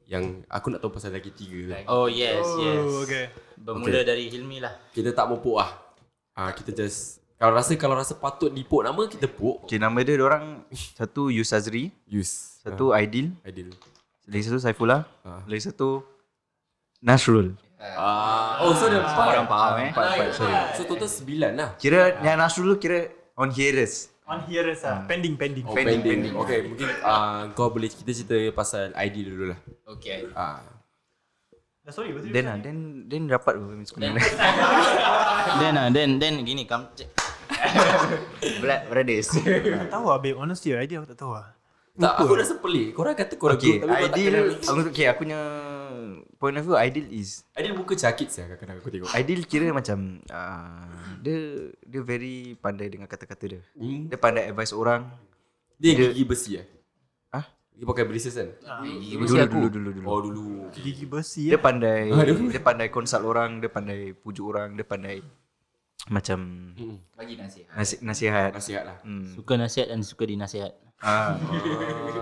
Speaker 1: Yang aku nak tahu pasal lelaki tiga tu.
Speaker 5: Oh yes yes
Speaker 4: Oh, okay.
Speaker 5: Bermula dari Hilmi lah
Speaker 1: Kita tak mopok lah Ah, Kita just Kalau rasa kalau rasa patut dipok nama Kita pok
Speaker 2: Okay, nama dia orang satu Yusazri,
Speaker 1: Use
Speaker 2: satu Aidil,
Speaker 1: Ah, Ideal
Speaker 2: lagi satu Saifullah,
Speaker 1: Ah.
Speaker 2: lagi satu Nasrul.
Speaker 1: Ah, Oh so dia empat
Speaker 3: Orang faham eh.
Speaker 2: Empat, empat, sorry.
Speaker 1: So total sembilan lah
Speaker 2: Kira yang Nasrul tu kira on hearers.
Speaker 4: On here is uh, pending, pending.
Speaker 1: Oh, pending, pending. Okay, mungkin uh, kau boleh kita cerita pasal ID dulu lah.
Speaker 3: Okay.
Speaker 1: Ah,
Speaker 4: Ah, Sorry, betul.
Speaker 2: Then ah, then then rapat pun sekolah.
Speaker 5: Then ah then then gini kam cek
Speaker 2: Black brothers.
Speaker 4: Tak tahu lah, babe. Honestly, idea aku tak tahu lah.
Speaker 1: tak, aku rasa pelik. Korang kata korang okay,
Speaker 2: Okay,
Speaker 1: good, tapi korang tak kenal.
Speaker 2: ideal aku okay, aku punya point of view ideal is
Speaker 1: Aidil muka cakit saya kadang-kadang aku tengok.
Speaker 2: Aidil kira macam uh, dia dia very pandai dengan kata-kata dia.
Speaker 1: Hmm.
Speaker 2: Dia pandai advise orang.
Speaker 1: Dia gigi besi eh?
Speaker 2: Ah,
Speaker 1: Dia pakai braces kan?
Speaker 6: Ah.
Speaker 2: dulu, dulu dulu dulu.
Speaker 1: Oh, dulu. Okay.
Speaker 4: Gigi bersih
Speaker 2: Dia
Speaker 4: eh.
Speaker 2: pandai dia pandai consult orang, dia pandai pujuk orang, dia pandai macam
Speaker 3: Bagi nasihat.
Speaker 2: nasi, nasihat. Hmm.
Speaker 1: Nasihat lah.
Speaker 5: Suka nasihat dan suka dinasihat
Speaker 2: Ah,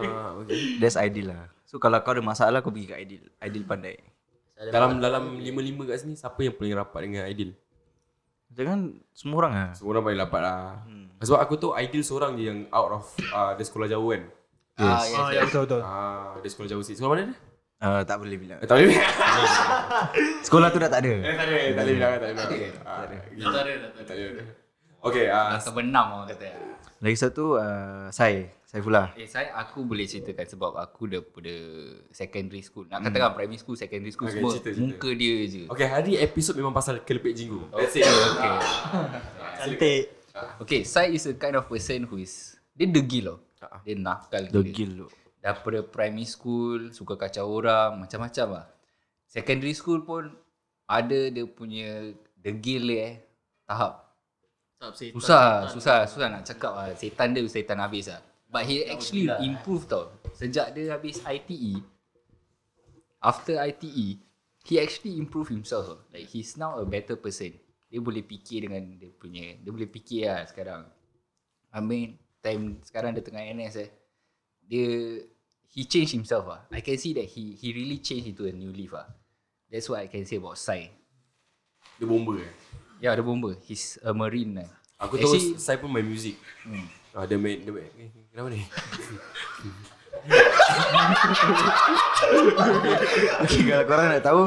Speaker 1: Ah, okay.
Speaker 2: that's Aidil lah. So kalau kau ada masalah kau pergi kat Aidil. Aidil pandai.
Speaker 1: Dalam dalam lima-lima kat sini, siapa yang paling rapat dengan Aidil?
Speaker 2: Jangan semua orang ah.
Speaker 1: Semua orang paling rapat lah. Sebab aku tu Aidil seorang je yang out of uh, dia sekolah jauh kan.
Speaker 3: Ah, yes,
Speaker 4: Ah,
Speaker 3: yes.
Speaker 4: ya, betul, betul.
Speaker 1: Ah, dia sekolah jauh sikit. Sekolah mana dia?
Speaker 2: Uh, tak boleh bilang.
Speaker 1: Eh, tak boleh.
Speaker 2: Sekolah tu dah tak ada.
Speaker 1: Eh, tak boleh, tak boleh bilang, tak boleh bilang. Ah, gini.
Speaker 6: Tak ada dah, tak ada.
Speaker 1: Tak boleh. Okay, ah,
Speaker 3: Rasa benam orang kata.
Speaker 2: Lagi satu uh, Sai, Saifullah.
Speaker 3: Eh, saya aku boleh ceritakan sebab aku daripada secondary school. Nak katakan primary school, secondary school
Speaker 1: Hmm. Okay,
Speaker 3: semua
Speaker 1: cerita, cerita.
Speaker 3: muka dia je.
Speaker 1: Okay, hari episod memang pasal kelepek jinggu. That's it.
Speaker 3: Okay.
Speaker 4: Cantik.
Speaker 3: Okay, Sai is a kind of person who is dia degil loh. Dia nakal gila.
Speaker 2: Degil tu.
Speaker 3: Daripada primary school, suka kacau orang, macam-macam lah. Secondary school pun ada dia punya degil dia eh. Tahap.
Speaker 6: Tak setan.
Speaker 3: Susah, susah, susah nak cakap lah. Setan dia setan habis lah. But he actually improve tau. Sejak dia habis ITE, after ITE, he actually improve himself tau. Like he's now a better person. Dia boleh fikir dengan dia punya, dia boleh fikir lah sekarang. I mean, time sekarang dia tengah NS eh. Dia, he change himself lah. I can see that he he really change into a new leaf lah. That's what I can say about Sai.
Speaker 1: Dia bomba eh.
Speaker 3: Ya, yeah, ada bomba. He's a marine lah.
Speaker 1: Aku tahu
Speaker 3: Actually-
Speaker 1: saya pun main music. Hmm. Ah, dia main, dia main. Eh, kenapa ni?
Speaker 2: Okay, kalau korang nak tahu,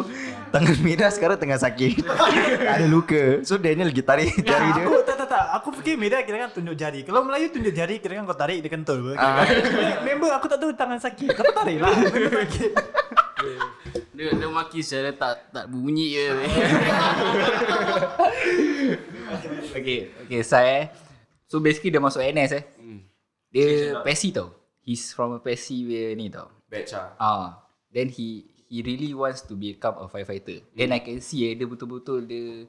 Speaker 2: tangan Mira sekarang tengah sakit. ada luka. So Daniel lagi tarik jari dia.
Speaker 4: Aku tak tak tak. Aku fikir Mira kira kan tunjuk jari. Kalau Melayu tunjuk jari kira kan kau tarik dia kentul.
Speaker 2: Ah.
Speaker 4: Member aku tak tahu tangan sakit. Kau tarik lah. Member sakit.
Speaker 6: Dia, dia maki saya dia tak tak bunyi je.
Speaker 3: Okay, okay, saya eh. So basically dia masuk NS eh. Mm. Dia PESI tau. He's from a PESI where ni tau.
Speaker 1: Batch ah.
Speaker 3: Ah, then he he really wants to become a firefighter. Mm. Then I can see eh dia betul-betul dia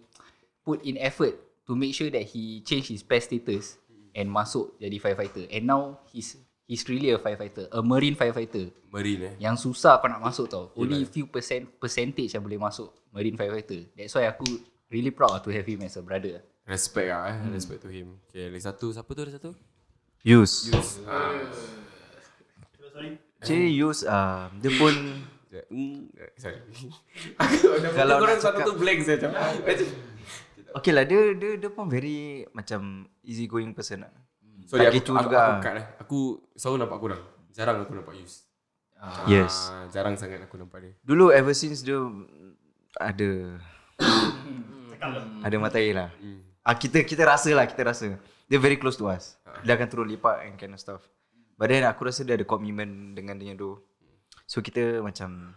Speaker 3: put in effort to make sure that he change his PES status and masuk jadi firefighter. And now he's he's really a firefighter, a marine firefighter.
Speaker 1: Marine eh.
Speaker 3: Yang susah kau nak masuk tau. Only few percent percentage yang boleh masuk marine firefighter. That's why aku really proud ah to have him as a brother.
Speaker 1: Respect ah eh. Respect to him. Okay, lagi satu. Siapa tu ada satu?
Speaker 2: Yus.
Speaker 1: Ah.
Speaker 2: Actually Yus, uh, dia pun
Speaker 1: sekejap. Hmm, eh, sorry. Aku
Speaker 2: Kalau
Speaker 1: kalau korang
Speaker 2: nak
Speaker 1: satu
Speaker 2: cakap-
Speaker 1: tu blank saya macam. Macam-
Speaker 2: Okay lah, dia, dia, dia pun very macam easy going person lah.
Speaker 1: Sorry,
Speaker 2: Tak
Speaker 1: aku,
Speaker 2: gitu
Speaker 1: aku, aku,
Speaker 2: juga.
Speaker 1: aku cut eh. Aku selalu nampak korang. Jarang aku nampak Yus.
Speaker 2: Yes.
Speaker 1: Ah, jarang sangat aku nampak dia.
Speaker 2: Dulu ever since dia ada ada mata air lah.
Speaker 1: Hmm.
Speaker 2: Ah, kita kita rasa lah, kita rasa. Dia very close to us. Dia akan terus lepak and kind of stuff. But then aku rasa dia ada commitment dengan dia tu. So kita macam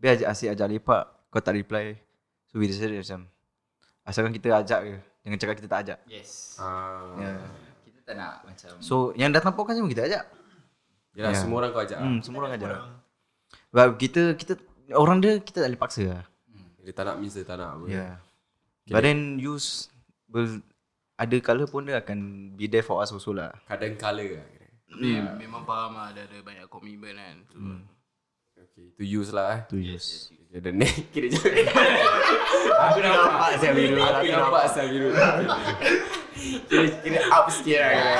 Speaker 2: Biar ajak asyik ajak lepak Kau tak reply So we decided macam Asalkan kita ajak je Jangan cakap kita tak ajak
Speaker 3: Yes.
Speaker 1: Ah.
Speaker 2: yeah.
Speaker 3: Kita tak nak macam
Speaker 2: So yang datang podcast semua kita ajak
Speaker 1: Yalah
Speaker 2: Ya.
Speaker 1: semua orang kau ajak. ah.
Speaker 2: hmm, Semua orang ajak Sebab kita, kita Orang dia kita tak boleh paksa lah
Speaker 1: Dia tak nak means dia tak nak apa.
Speaker 2: Yeah But then use will, Ada colour pun dia akan Be there for us also lah
Speaker 1: Kadang kala lah. kira.
Speaker 6: Tapi memang faham lah Dia ada banyak komitmen kan so,
Speaker 1: Okay, to use lah eh.
Speaker 2: To use
Speaker 1: Okay, the next kira je. aku
Speaker 2: nampak siap biru,
Speaker 1: Aku
Speaker 2: aku
Speaker 1: nampak siap biru. kira kira up sikit lah. kira.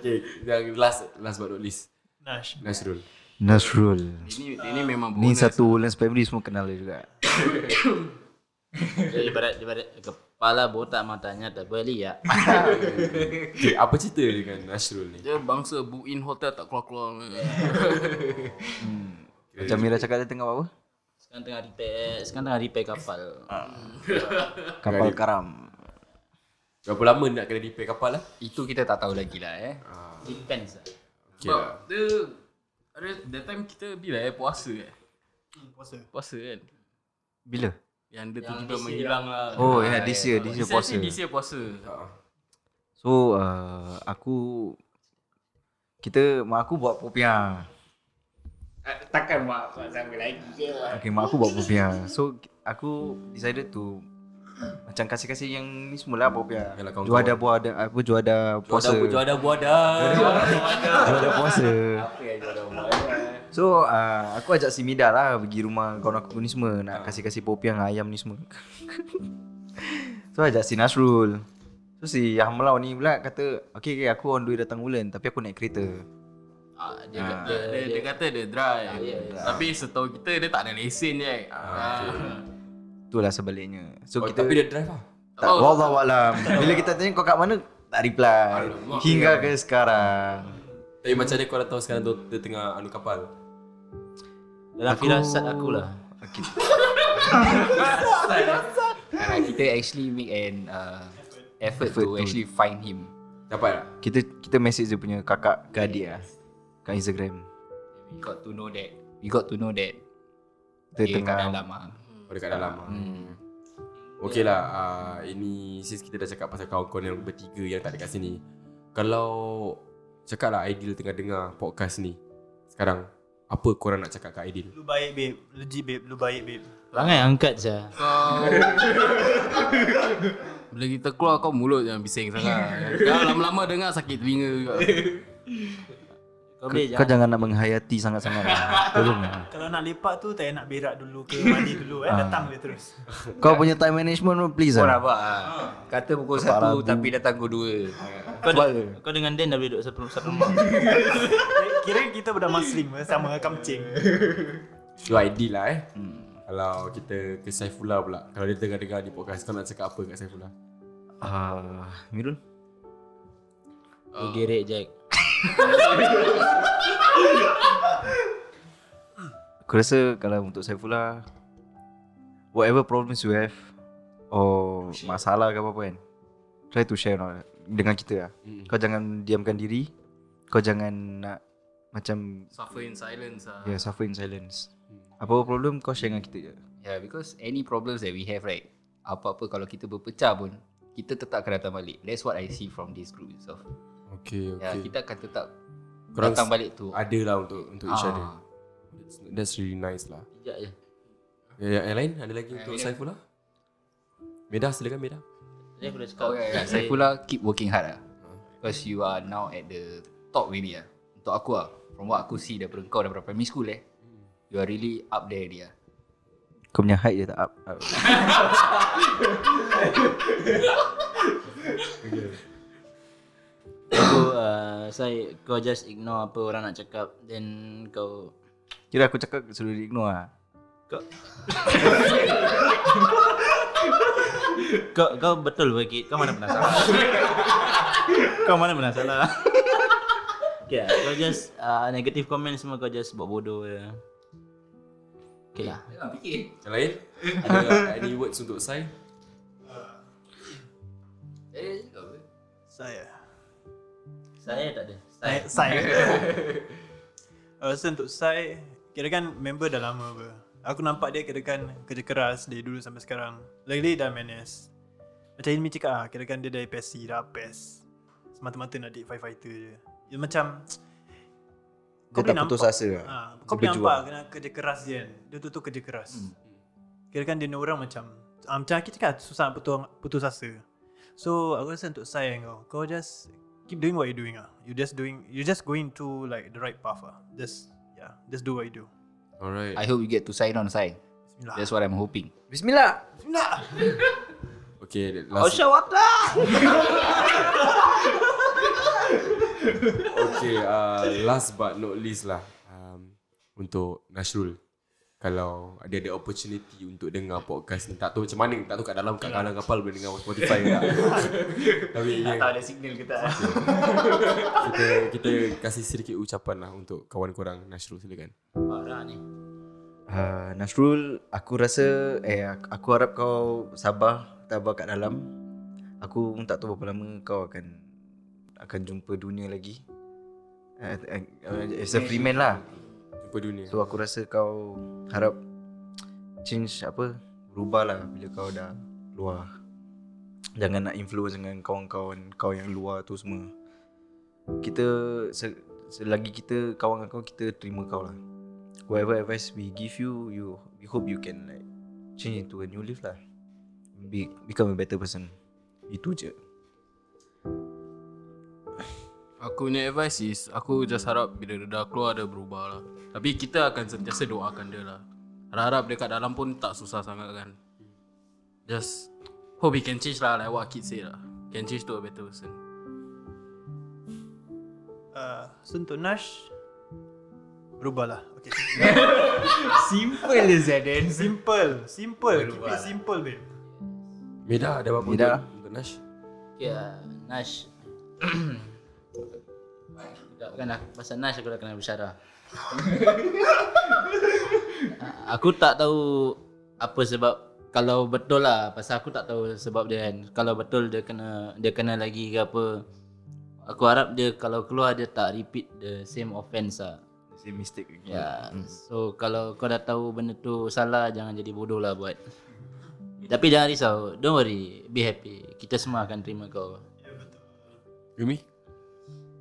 Speaker 1: Okay, yang last last but not least.
Speaker 4: Nash.
Speaker 1: Nasrul.
Speaker 2: Nasrul
Speaker 6: Ini ini memang
Speaker 2: Ni
Speaker 6: bonus
Speaker 2: satu Lens family semua kenal dia juga
Speaker 5: Dia ibarat, ibarat kepala botak matanya tak ya. berliak.
Speaker 1: Okay, apa cerita dengan Nasrul ni?
Speaker 6: Dia bangsa book in hotel tak keluar-keluar
Speaker 2: Macam Mira cakap dia tengah buat apa
Speaker 5: Sekarang tengah repair, sekarang tengah repair kapal.
Speaker 2: Kapal karam
Speaker 1: Berapa lama nak kena repair kapal lah?
Speaker 3: itu kita tak tahu lagi lah eh.
Speaker 5: Depends lah.
Speaker 1: Okay lah.
Speaker 6: Sebab dia ada, That time kita bila eh Puasa eh
Speaker 4: Puasa.
Speaker 6: Puasa kan
Speaker 2: Bila?
Speaker 6: Yang dia
Speaker 5: Yang
Speaker 6: tiba-tiba
Speaker 5: this year.
Speaker 6: menghilang lah
Speaker 2: Oh ya yeah, this year This year
Speaker 6: This year-
Speaker 2: puasa
Speaker 6: This year puasa
Speaker 2: So uh, aku kita mak aku buat popiah.
Speaker 3: Takkan mak buat sama lagi ke
Speaker 2: Okay, mak aku buat popiah. So aku decided to macam kasih-kasih yang ni semula popiah.
Speaker 1: Yalah, kawan-kawan.
Speaker 2: Juada buah ada apa juada puasa.
Speaker 1: Juada buada.
Speaker 2: Juada puasa.
Speaker 3: Apa yang dia orang buat
Speaker 2: So uh, aku ajak si Mida lah pergi rumah kawan aku ni semua
Speaker 3: Ah.
Speaker 2: nak kasih-kasih popiah dengan ayam ni semua. so ajak si Nasrul. So si Hamlau ni pula kata, okay, okay aku on the way datang Ulen tapi aku naik kereta.
Speaker 6: Ah, dia, dia, dia, dia kata dia drive Tapi setahu kita dia tak ada lesen je ah,
Speaker 2: Itulah sebaliknya. So
Speaker 1: Oh,
Speaker 2: kita
Speaker 1: tapi dia drive lah.
Speaker 2: Tak, oh, wallahu alam. Bila kita tanya kau kat mana, tak reply. Hingga ke sekarang.
Speaker 1: Tapi macam dia korang tahu sekarang tu dia tengah anu kapal.
Speaker 5: Dalam firasat aku lah.
Speaker 2: Okay.
Speaker 3: Ah, Kita actually make an uh, effort,
Speaker 2: Effort
Speaker 3: to,
Speaker 2: to-
Speaker 3: actually find him
Speaker 1: Dapat tak?
Speaker 2: Kita kita message dia punya kakak ke adik lah. Kat Instagram.
Speaker 3: We got to know that We got to know that
Speaker 2: Kita
Speaker 1: Eh,
Speaker 3: Dia
Speaker 2: tengah
Speaker 3: kat dalam ah.
Speaker 1: Oh dekat dalam ah. Okey lah uh, Ini Since kita dah cakap pasal kawan-kawan yang bertiga Yang tak ada kat sini Kalau Cakap lah Aidil tengah dengar podcast ni Sekarang Apa korang nak cakap kat Aidil?
Speaker 4: Lu baik babe. Legit babe. Lu baik babe.
Speaker 5: Bangai angkat je.
Speaker 6: Kau Bila kita keluar kau mulut yang bising sangat Kau lama-lama dengar sakit telinga juga
Speaker 5: Kau
Speaker 2: kau,
Speaker 5: boleh
Speaker 2: kau
Speaker 5: jangan.
Speaker 2: jangan nak menghayati sangat-sangat. lah. Tolong lah.
Speaker 4: Kalau nak lepak tu tak payah nak berak dulu ke mandi dulu eh. Datang dia terus.
Speaker 2: Kau punya time management pun please
Speaker 3: Kau
Speaker 2: lah.
Speaker 3: nampak ah. Kata pukul satu tapi datang pukul dua
Speaker 5: Kau, de- kau dengan Dan dah boleh duduk satu satu rumah.
Speaker 4: Kira kita budak masling sama kamcing.
Speaker 1: Itu Aidil lah eh hmm. Kalau kita ke Saifullah pula Kalau dia tengah dengar di podcast Kau nak cakap apa kat Saifullah?
Speaker 2: Ah, Mirul.
Speaker 5: Kau Oh, gerek Jack.
Speaker 2: Aku rasa kalau untuk saya pula whatever problems you have or masalah ke apa-apa kan try to share lah dengan kita lah.
Speaker 1: Mm.
Speaker 2: Kau jangan diamkan diri. Kau jangan nak macam
Speaker 6: Suffer in silence lah
Speaker 2: yeah, suffer in silence. Apa problem kau share dengan kita je.
Speaker 3: Yeah Ya, because any problems that we have right Apa-apa kalau kita berpecah pun Kita tetap akan datang balik That's what I see from this group itself
Speaker 1: Okay,
Speaker 3: Ya,
Speaker 1: okay.
Speaker 3: kita akan tetap
Speaker 1: Korang
Speaker 3: datang balik tu.
Speaker 1: Ada lah untuk, untuk each
Speaker 3: Ah.
Speaker 1: other that's, that's really nice lah Ya,
Speaker 5: Sekejap je.
Speaker 1: Yang, yang lain ada lagi untuk Saifullah? Meda silakan Meda
Speaker 5: Tadi aku dah cakap.
Speaker 3: Oh, yeah, yeah. Saya pula keep working hard lah. Because you are now at the top really lah. Untuk aku lah. From what aku see daripada kau daripada primary school eh. You are really up there lah. dia.
Speaker 2: Kau punya height je tak up. up.
Speaker 5: Aku, uh, saya, kau just ignore apa orang nak cakap. Then kau
Speaker 2: Kira aku cakap suruh dia ignore lah.
Speaker 5: Kau, kau betul bagi Kau mana pernah salah Kau mana pernah salah Okay lah, Kau just uh, Negative comment semua Kau just buat bodoh je Okay lah
Speaker 3: Fikir.
Speaker 1: Yang lain? ada any words untuk Sai?
Speaker 3: Eh,
Speaker 4: Saya.
Speaker 5: Saya tak ada. Saya.
Speaker 4: Sai. Sai. Aku rasa untuk Sai, kira kan member dah lama apa. Aku nampak dia kira kan kerja keras dari dulu sampai sekarang. Lagi dia dah menace. Macam Hilmi cakap lah, kira kan dia dari PES dah PES. Semata-mata nak date firefighter je. Dia macam,
Speaker 2: Dia tak putus asa lah.
Speaker 4: Ha,
Speaker 2: Dia
Speaker 4: kau boleh
Speaker 2: berjuang. Hmm.
Speaker 4: nampak kena kerja keras dia kan. Dia tu tu kerja keras. Kira kan dia ni orang macam ah, macam kita cakap susah nak putus, putus asa. So aku rasa untuk saya kau, kau just keep doing what you doing ah. You just doing you just going to like the right path ah. Just yeah, just do what you do.
Speaker 1: Alright.
Speaker 3: I hope you get to sign on sign.
Speaker 4: Bismillah.
Speaker 3: That's what I'm hoping.
Speaker 2: Bismillah.
Speaker 1: Okay, last
Speaker 5: Wata.
Speaker 1: Okay, uh, last but not least lah um, Untuk Nasrul Kalau ada ada opportunity untuk dengar podcast ni Tak tahu macam mana, tak tahu kat dalam kat kanan kapal boleh dengar Spotify ke tak Tapi ya,
Speaker 3: ada signal ke tak.
Speaker 1: kita, kita kasih sedikit ucapan lah untuk kawan korang Nasrul silakan
Speaker 5: Parah ni.
Speaker 2: Uh, Nasrul, aku rasa eh aku, aku harap kau sabar, tabah kat dalam. Aku pun tak tahu berapa lama kau akan akan jumpa dunia lagi. Uh, uh, as a free man lah.
Speaker 1: Jumpa dunia
Speaker 2: So aku rasa kau harap change apa berubah lah bila kau dah luar. Jangan nak influence dengan kawan-kawan kau yang luar tu semua. Kita se- selagi kita kawan dengan kau kita terima kau lah. Whatever advice we give you, you we hope you can like change into a new life lah. Be, become a better person. Itu je.
Speaker 6: Aku punya advice is Aku just
Speaker 1: Hmm.
Speaker 6: harap Bila dia dah keluar Dia berubah lah Tapi kita akan sentiasa doakan dia lah Harap-harap dia kat dalam pun Tak susah sangat kan Just Hope he can change lah Like what kids say lah Can change to a better person
Speaker 4: Uh, so untuk Nash berubahlah. Okay.
Speaker 3: Simple je Zaden.
Speaker 4: Simple, simple. Keep it simple babe.
Speaker 1: Meda ada apa-apa
Speaker 2: Meda.
Speaker 1: untuk, untuk Nash?
Speaker 5: Ya,
Speaker 3: Nash.
Speaker 5: bukan aku pasal Nash aku dah kena bersyarah. Ah, aku tak tahu apa sebab kalau betul lah pasal aku tak tahu sebab dia kan. Kalau betul dia kena dia kena lagi ke apa. Aku harap dia kalau keluar dia tak repeat the same offense lah.
Speaker 2: Same mistake again.
Speaker 5: Ya, so kalau kau dah tahu benda tu salah, jangan jadi bodoh lah buat. Tapi jangan risau, don't worry, be happy. Kita semua akan terima kau.
Speaker 1: Yumi?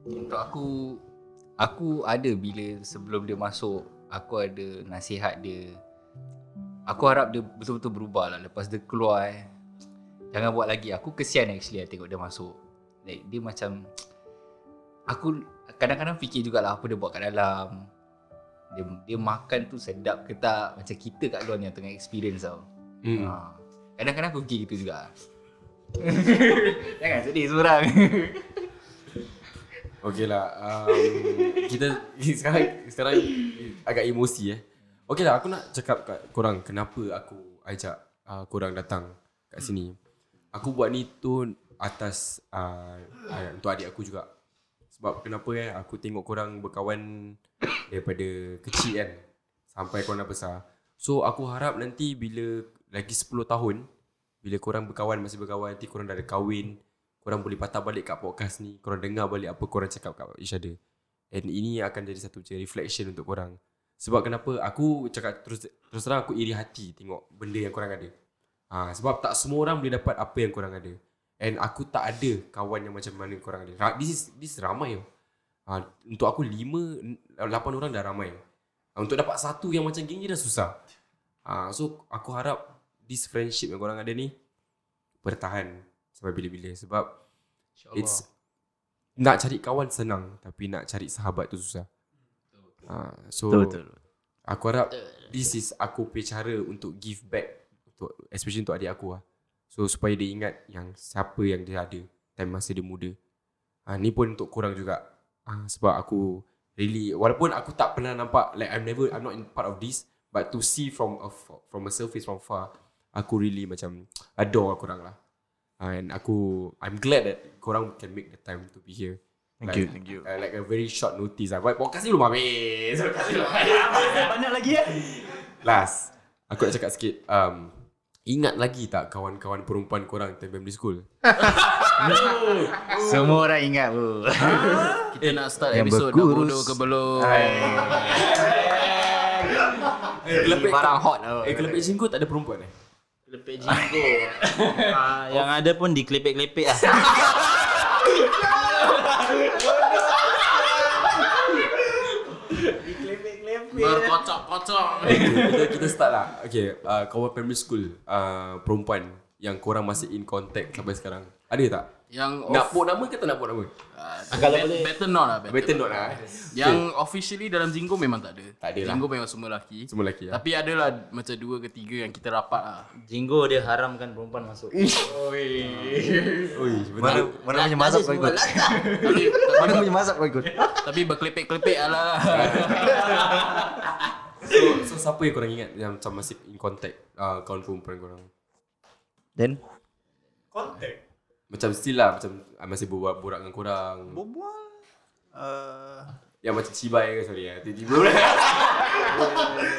Speaker 3: Untuk aku Aku ada bila sebelum dia masuk Aku ada nasihat dia Aku harap dia betul-betul berubah lah Lepas dia keluar eh Jangan buat lagi Aku kesian actually lah tengok dia masuk like, Dia macam Aku kadang-kadang fikir jugalah Apa dia buat kat dalam dia, dia makan tu sedap ke tak Macam kita kat luar ni yang tengah experience tau
Speaker 1: Hmm.
Speaker 3: ha. Kadang-kadang aku fikir gitu juga Jangan sedih seorang
Speaker 1: Okay lah um, Kita sekarang sekarang agak emosi eh Okay lah aku nak cakap kat korang Kenapa aku ajak uh, korang datang kat sini Aku buat ni tu atas uh, uh, Untuk adik aku juga Sebab kenapa eh Aku tengok korang berkawan Daripada kecil kan Sampai korang dah besar So aku harap nanti bila Lagi 10 tahun Bila korang berkawan Masih berkawan Nanti korang dah ada kahwin korang boleh patah balik kat podcast ni korang dengar balik apa korang cakap kat each other and ini akan jadi satu macam reflection untuk korang sebab kenapa aku cakap terus terus terang aku iri hati tengok benda yang korang ada ha, sebab tak semua orang boleh dapat apa yang korang ada and aku tak ada kawan yang macam mana korang ada Ra- this is this ramai tau ha, untuk aku lima lapan orang dah ramai ha, untuk dapat satu yang macam gini dah susah ha, so aku harap this friendship yang korang ada ni bertahan sampai bila-bila sebab It's nak cari kawan senang tapi nak cari sahabat tu susah. Ha, so
Speaker 2: Betul betul.
Speaker 1: aku harap this is aku punya cara untuk give back untuk especially untuk adik aku lah. So supaya dia ingat yang siapa yang dia ada time masa dia muda. Ha, ni pun untuk korang juga. Ha, sebab aku really walaupun aku tak pernah nampak like I'm never I'm not in part of this but to see from a, from a surface from far aku really macam adore korang lah. Ha, and aku I'm glad that korang can make the time to be here.
Speaker 2: Thank
Speaker 1: like,
Speaker 2: you, thank you.
Speaker 1: Uh, like a very short notice lah. But podcast ni belum habis. Podcast ni belum habis.
Speaker 4: Banyak lagi eh.
Speaker 1: Last Aku nak cakap sikit um, Ingat lagi tak kawan-kawan perempuan korang Time primary school
Speaker 2: Semua orang ingat bro.
Speaker 6: Kita nak start
Speaker 2: Yang
Speaker 6: episod dah
Speaker 2: berkurus.
Speaker 6: bodoh ke belum
Speaker 1: Eh, kelepek
Speaker 3: Barang hot lah
Speaker 1: Eh, kelepek jinggo tak ada perempuan eh?
Speaker 5: Kelepek jinggo. ah, yang ada pun dikelepek-kelepek lah.
Speaker 6: Berkocok-kocok
Speaker 1: kita, kita start lah. Okay, uh, kawan primary school, uh, perempuan yang korang masih in contact sampai sekarang. Ada tak?
Speaker 6: Yang
Speaker 1: Nak
Speaker 6: off,
Speaker 1: put nama ke tak nak put nama?
Speaker 6: Ah,
Speaker 5: Kalau
Speaker 6: bet-
Speaker 5: boleh-
Speaker 6: Better not lah better,
Speaker 1: Better
Speaker 6: not.
Speaker 1: not lah eh.
Speaker 6: Yang officially dalam Zingo memang tak ada
Speaker 1: Tak ada lah.
Speaker 6: Zingo memang semua lelaki
Speaker 1: Semua lelaki lah.
Speaker 6: Tapi adalah macam dua ke tiga yang kita rapat lah
Speaker 5: Jinggo dia haramkan perempuan masuk.
Speaker 1: Oi,
Speaker 2: Mana
Speaker 1: benar.
Speaker 2: mana punya mazhab kau ikut?
Speaker 6: Tapi,
Speaker 2: Mana punya mazhab kau ikut?
Speaker 6: tapi berkelepek-kelepek lah
Speaker 1: So, so, siapa yang korang ingat yang macam masih in contact uh, kawan perempuan korang?
Speaker 2: Then
Speaker 4: Contact.
Speaker 1: Macam still lah, macam uh, masih berbual-bual dengan korang.
Speaker 4: Berbual. Uh,
Speaker 1: Yang macam cibai ke, sorry eh. Tiba-tiba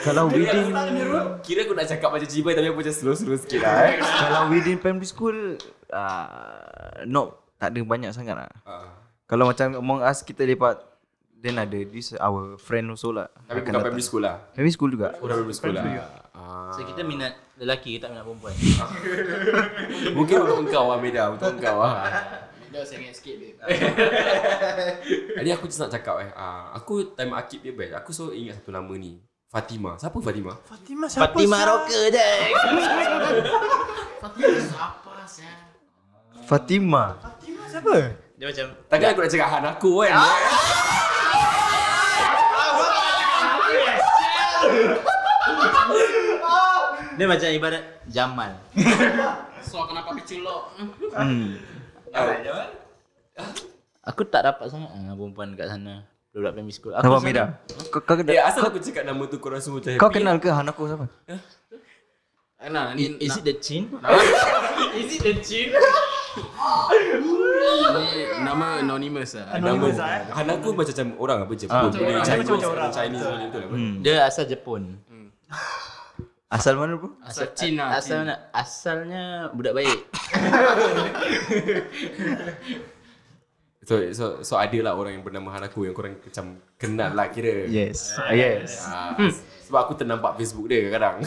Speaker 2: kalau
Speaker 1: Kira aku
Speaker 2: within
Speaker 1: tak ada rule. Kira aku nak cakap macam cibai tapi aku macam slow-slow sikit lah eh.
Speaker 2: kalau within primary school uh, no tak ada banyak sangat lah.
Speaker 1: Ah,
Speaker 2: Kalau macam among us kita lepak then ada this our friend also lah.
Speaker 1: Tapi bukan primary school lah.
Speaker 2: Primary school juga.
Speaker 1: Bukan primary school lah. Ah.
Speaker 5: So kita minat lelaki tak minat perempuan.
Speaker 1: Mungkin untuk engkau lah Meda Untuk engkau lah
Speaker 3: Dah sengit sikit dia
Speaker 1: Tadi aku just nak cakap eh ah, Aku time Akib dia best Aku selalu ingat satu nama ni Fatima Siapa Fatima?
Speaker 4: Fatimah siapa?
Speaker 5: Fatimah
Speaker 4: sah?
Speaker 5: Rocker je.
Speaker 2: Fatima.
Speaker 4: Fatimah siapa?
Speaker 5: Dia macam
Speaker 1: Takkan aku nak cakap Han aku kan
Speaker 5: Ah! dia macam ibarat Jamal.
Speaker 6: So kenapa kecil lo?
Speaker 2: Hmm.
Speaker 5: Aku tak dapat sangat ah perempuan kat sana. Budak primary school. Aku
Speaker 2: Nampak
Speaker 5: sana-
Speaker 2: Mira? Kau, kau,
Speaker 1: Eh
Speaker 2: kena,
Speaker 1: asal aku cakap nama tu korang semua macam
Speaker 2: kau
Speaker 1: happy
Speaker 2: kenal ke Hanako siapa?
Speaker 6: Nah,
Speaker 5: I-
Speaker 6: ni,
Speaker 5: Is it the chin?
Speaker 6: Is it the chin? Ni nama anonymous lah.
Speaker 1: Nama
Speaker 4: Anonymous lah eh.
Speaker 1: Han aku macam macam orang lah, apa Jepun
Speaker 2: Ah.
Speaker 1: Boleh
Speaker 6: orang.
Speaker 1: Chinese
Speaker 4: Macam macam orang.
Speaker 1: Chinese boleh betul lah
Speaker 5: Hmm. Dia asal Jepun.
Speaker 6: Hmm.
Speaker 2: Asal mana bro?
Speaker 6: Asal chin lah.
Speaker 5: Asal
Speaker 6: chin.
Speaker 5: mana? Asalnya budak baik.
Speaker 1: So, so, so ada lah orang yang bernama Han aku Yang korang macam kenal lah kira
Speaker 2: Yes. Ah, Yes.
Speaker 1: Ah,
Speaker 5: Hmm.
Speaker 1: Sebab aku ternampak Facebook dia kadang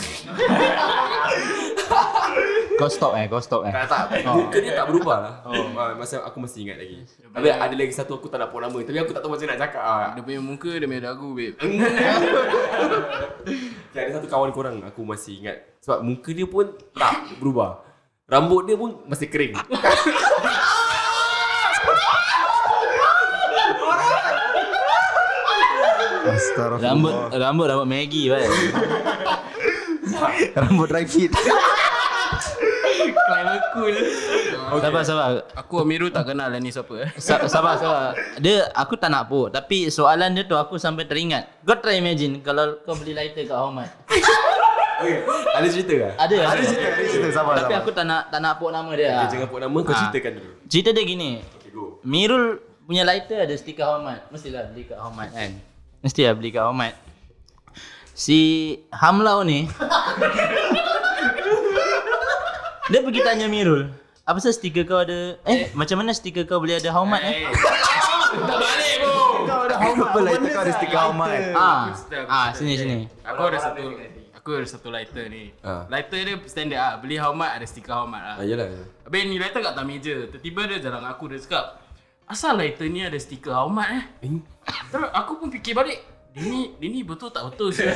Speaker 2: Kau stop eh, kau stop eh.
Speaker 1: Tak Ah, tak Ya, Muka dia tak berubah lah Ah, Masa aku masih ingat lagi Tapi ada lagi satu aku tak nak pun nama Tapi aku tak tahu macam nak cakap ah.
Speaker 6: Dia punya muka, dia punya dagu, babe.
Speaker 1: Okay, ada satu kawan korang aku masih ingat Sebab muka dia pun tak berubah Rambut dia pun masih kering
Speaker 5: Rambut rambut rambut Maggie kan.
Speaker 2: Rambut dry fit.
Speaker 6: Climber cool.
Speaker 5: Sabar sabar.
Speaker 6: Aku Amirul tak kenal lah ni siapa eh.
Speaker 5: Sa- Sabar sabar. Dia aku tak nak pun tapi soalan dia tu aku sampai teringat. Kau try imagine kalau kau beli lighter kat Hormat.
Speaker 1: okay. Ada cerita lah?
Speaker 5: Ada. Ada
Speaker 2: Cerita sabar
Speaker 5: Tapi
Speaker 2: sabar.
Speaker 5: aku tak nak tak nak put nama dia.
Speaker 1: Okay, jangan put nama kau
Speaker 5: Ah.
Speaker 1: ceritakan dulu
Speaker 5: Cerita dia gini.
Speaker 1: Okay go
Speaker 5: Mirul punya lighter ada stiker hormat. Mestilah beli kat hormat kan. Mestilah beli kat hormat. Si Hamlau ni Dia pergi tanya Mirul Apa sah stiker kau ada Eh, macam mana stiker kau boleh ada hormat eh?
Speaker 4: Kau dah
Speaker 2: Apa lah itu kau ada stiker Ahmad?
Speaker 5: Ah, ah sini sini
Speaker 6: Aku ada satu Aku ada satu lighter ni.
Speaker 1: Ah.
Speaker 6: Lighter dia standard ah. Beli Haumat ada stiker Haumat ah.
Speaker 1: ah, Yalah
Speaker 6: Habis ni lighter kat atas meja. Tiba-tiba dia jalan dengan aku dia cakap, "Asal lighter ni ada stiker Haumat eh?"
Speaker 1: Eh,
Speaker 6: Terus aku pun fikir balik, dia ni dia ni betul tak betul sih.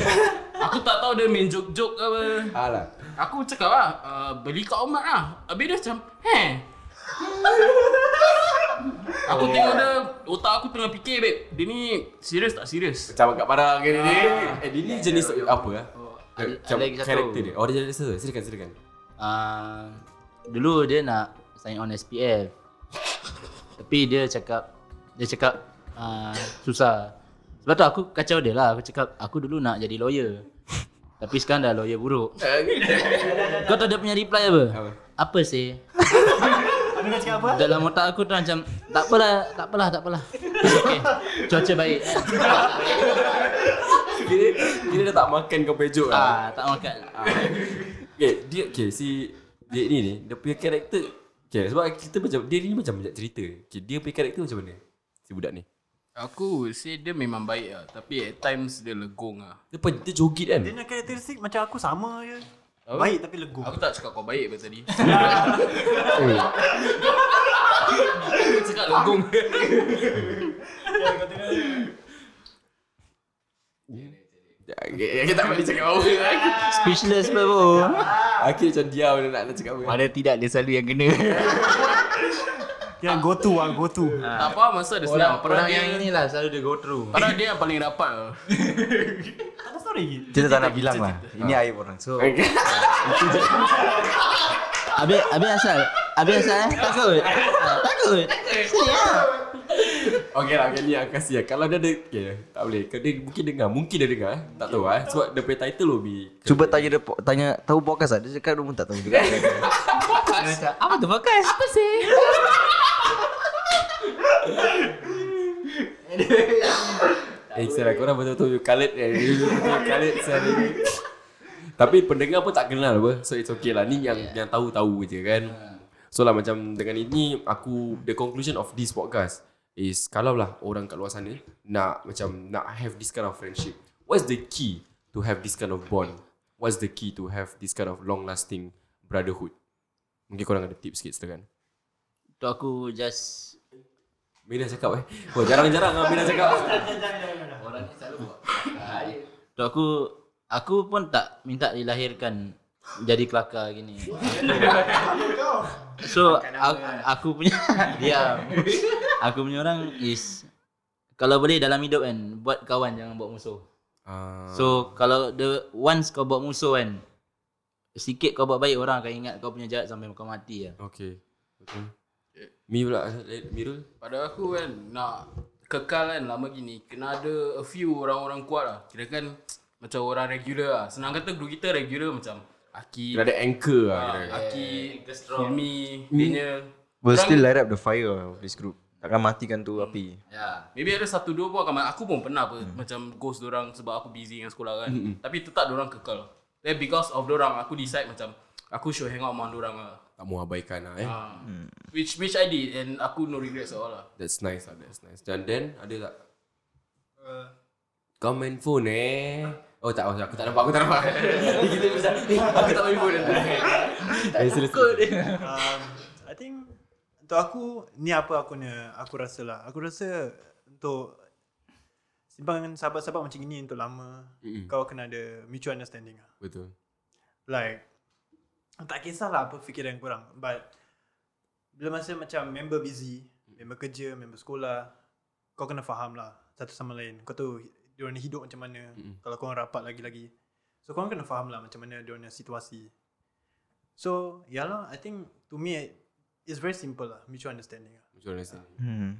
Speaker 6: aku tak tahu dia main joke-joke ke apa.
Speaker 1: Alah
Speaker 6: Aku cakap lah, uh, beli kat Omar lah. Habis dia macam, heh. aku tengok dia, otak aku tengah fikir, babe. Dia ni serius tak serius?
Speaker 1: Macam kat parang kan ni Eh dia ni jenis apa lah
Speaker 5: Oh, ada-
Speaker 1: Macam
Speaker 5: ada lagi satu.
Speaker 1: karakter dia Oh dia ada satu Silakan silakan
Speaker 5: Ah, Dulu dia nak sign on SPF Tapi dia cakap Dia cakap ah, Susah Sebab tu aku kacau dia lah Aku cakap aku dulu nak jadi lawyer Tapi sekarang dah lawyer buruk Kau tahu dia punya reply apa?
Speaker 1: Apa?
Speaker 5: Apa sih?
Speaker 4: Ada kau cakap apa?
Speaker 5: Dalam otak aku tu macam Tak apalah, tak apalah, tak apalah It's okay, cuaca baik
Speaker 1: Kira, kira dah tak makan kau pejok lah
Speaker 5: ah, Tak Ah, makan ah.
Speaker 1: Eh, Okay, dia okay, si dia ni ni dia punya karakter Okay, sebab kita macam dia ni macam banyak cerita. Okay, dia punya karakter macam mana? Si budak ni.
Speaker 6: Aku would say dia memang baik lah Tapi at times dia legong lah
Speaker 1: Dia, pen- dia joget kan?
Speaker 4: Dia nak karakteristik macam aku sama je. Baik tapi legu.
Speaker 6: Aku tak cakap kau baik pada tadi
Speaker 1: Eh,
Speaker 6: Aku cakap legong
Speaker 1: Kita tak boleh cakap apa
Speaker 5: Speechless pula bro.
Speaker 1: Aku macam diam dia nak, nak cakap apa
Speaker 3: Mana tidak dia selalu yang kena
Speaker 4: Dia go to ah, go to.
Speaker 6: Tak apa masa ada senang Padahal
Speaker 5: Orang yang
Speaker 6: yang
Speaker 5: inilah selalu dia go through.
Speaker 6: Padahal dia yang paling rapat lah
Speaker 4: Ada story.
Speaker 2: Kita tak nak bilang lah. Ini aib orang. So
Speaker 5: Abi abi asal. Abi asal eh? Takut. Ah, Takut. Sini ah.
Speaker 1: Okay lah, okay ni aku kasih lah Kalau dia ada, okay, tak boleh Kalau dia mungkin dengar, mungkin dia dengar eh. Tak tahu lah eh. Sebab dia punya title will be
Speaker 2: cuba tanya dia po- tanya tahu podcast tak? Dia cakap dia pun tak tahu juga.
Speaker 5: Apa tu fokus? Apa sih?
Speaker 1: Eh, saya lah, korang betul-betul you colored eh. You betul-betul colored saya ni. Tapi pendengar pun tak kenal apa So it's okay lah Ni yang yang tahu-tahu je kan So lah macam dengan ini Aku The conclusion of this podcast Is kalau lah orang kat luar sana Nak macam Nak have this kind of friendship What's the key To have this kind of bond What's the key to have This kind of long lasting Brotherhood Mungkin korang ada tips sikit silakan
Speaker 5: Tu aku just
Speaker 1: Mina cakap eh Oh jarang-jarang lah Mina cakap
Speaker 5: Tu aku aku pun tak minta dilahirkan jadi kelakar gini. so aku, aku punya dia aku punya orang is kalau boleh dalam hidup kan buat kawan jangan buat musuh.
Speaker 1: Ah,
Speaker 5: So kalau the once kau buat musuh kan sikit kau buat baik orang akan ingat kau punya jahat sampai kau mati lah.
Speaker 1: Okay Betul Mi pula eh, Mirul
Speaker 6: Pada aku kan nak kekal kan lama gini kena ada a few orang-orang kuat lah. Kira kan macam orang regular lah. Senang kata guru kita regular macam Aki,
Speaker 1: Kena ada anchor lah
Speaker 6: ah,
Speaker 1: kira.
Speaker 6: Aki, Hilmi, Daniel.
Speaker 2: We'll still light up the fire of this group. Takkan matikan tu api.
Speaker 6: Ya, maybe ada satu dua pun akan ma- aku pun pernah apa macam ghost orang sebab aku busy dengan sekolah kan. Tapi tetap orang kekal. Then because of orang aku decide macam aku should hang out dengan orang lah.
Speaker 1: Tak mau abaikan lah eh
Speaker 6: Ah, Which which I did and aku no regrets at all lah.
Speaker 1: That's nice lah That's nice Dan Dan ada tak Kau main phone eh Oh tak aku tak nampak Aku tak nampak Ni Kita macam eh, Aku tak main phone Eh sila sila
Speaker 4: Um, I think untuk aku ni apa aku ni aku rasa lah. Aku rasa untuk sembang dengan sahabat-sahabat macam gini untuk lama
Speaker 1: Mm-mm.
Speaker 4: kau kena ada mutual understanding lah.
Speaker 1: Betul
Speaker 4: Like tak kisahlah apa fikiran korang but bila masa macam member busy, member kerja, member sekolah, kau kena faham lah satu sama lain. Kau tahu diorang ni hidup macam mana,
Speaker 1: Mm-mm.
Speaker 4: kalau korang rapat lagi-lagi. So korang kena faham lah macam mana diorang punya situasi. So, yalah, I think to me it's very simple lah, mutual understanding lah.
Speaker 1: Macam mana sih
Speaker 2: Hmm.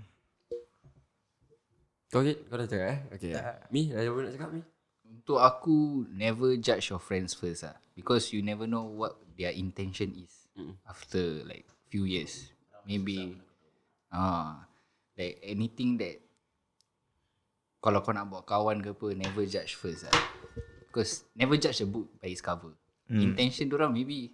Speaker 1: Kau Kit Kau dah cakap eh Okay Mi ada apa nak cakap Mi
Speaker 3: Untuk aku Never judge your friends first lah Because you never know What their intention is
Speaker 1: Mm.
Speaker 3: After like Few years Maybe ah, Like anything that Kalau kau nak buat kawan ke apa Never judge first lah Because Never judge a book By its cover Intention orang maybe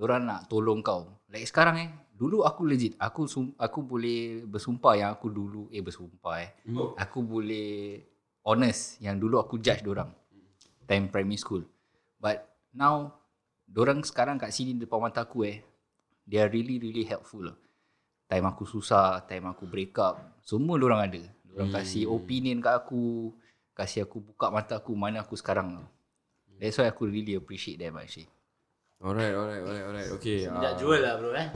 Speaker 3: orang nak tolong kau Like sekarang eh Dulu aku legit Aku sum, aku boleh Bersumpah yang aku dulu Eh bersumpah eh Aku boleh honest yang dulu aku judge orang time primary school. But now orang sekarang kat sini depan mata aku eh they are really really helpful. lah. Time aku susah, time aku break up, semua orang ada.
Speaker 1: Hmm.
Speaker 3: Orang kasi opinion kat aku, kasi aku buka mata aku mana aku sekarang. lah. That's why aku really appreciate them actually.
Speaker 1: Alright alright alright alright Okay
Speaker 5: Tidak
Speaker 1: ah.
Speaker 5: jual lah bro eh.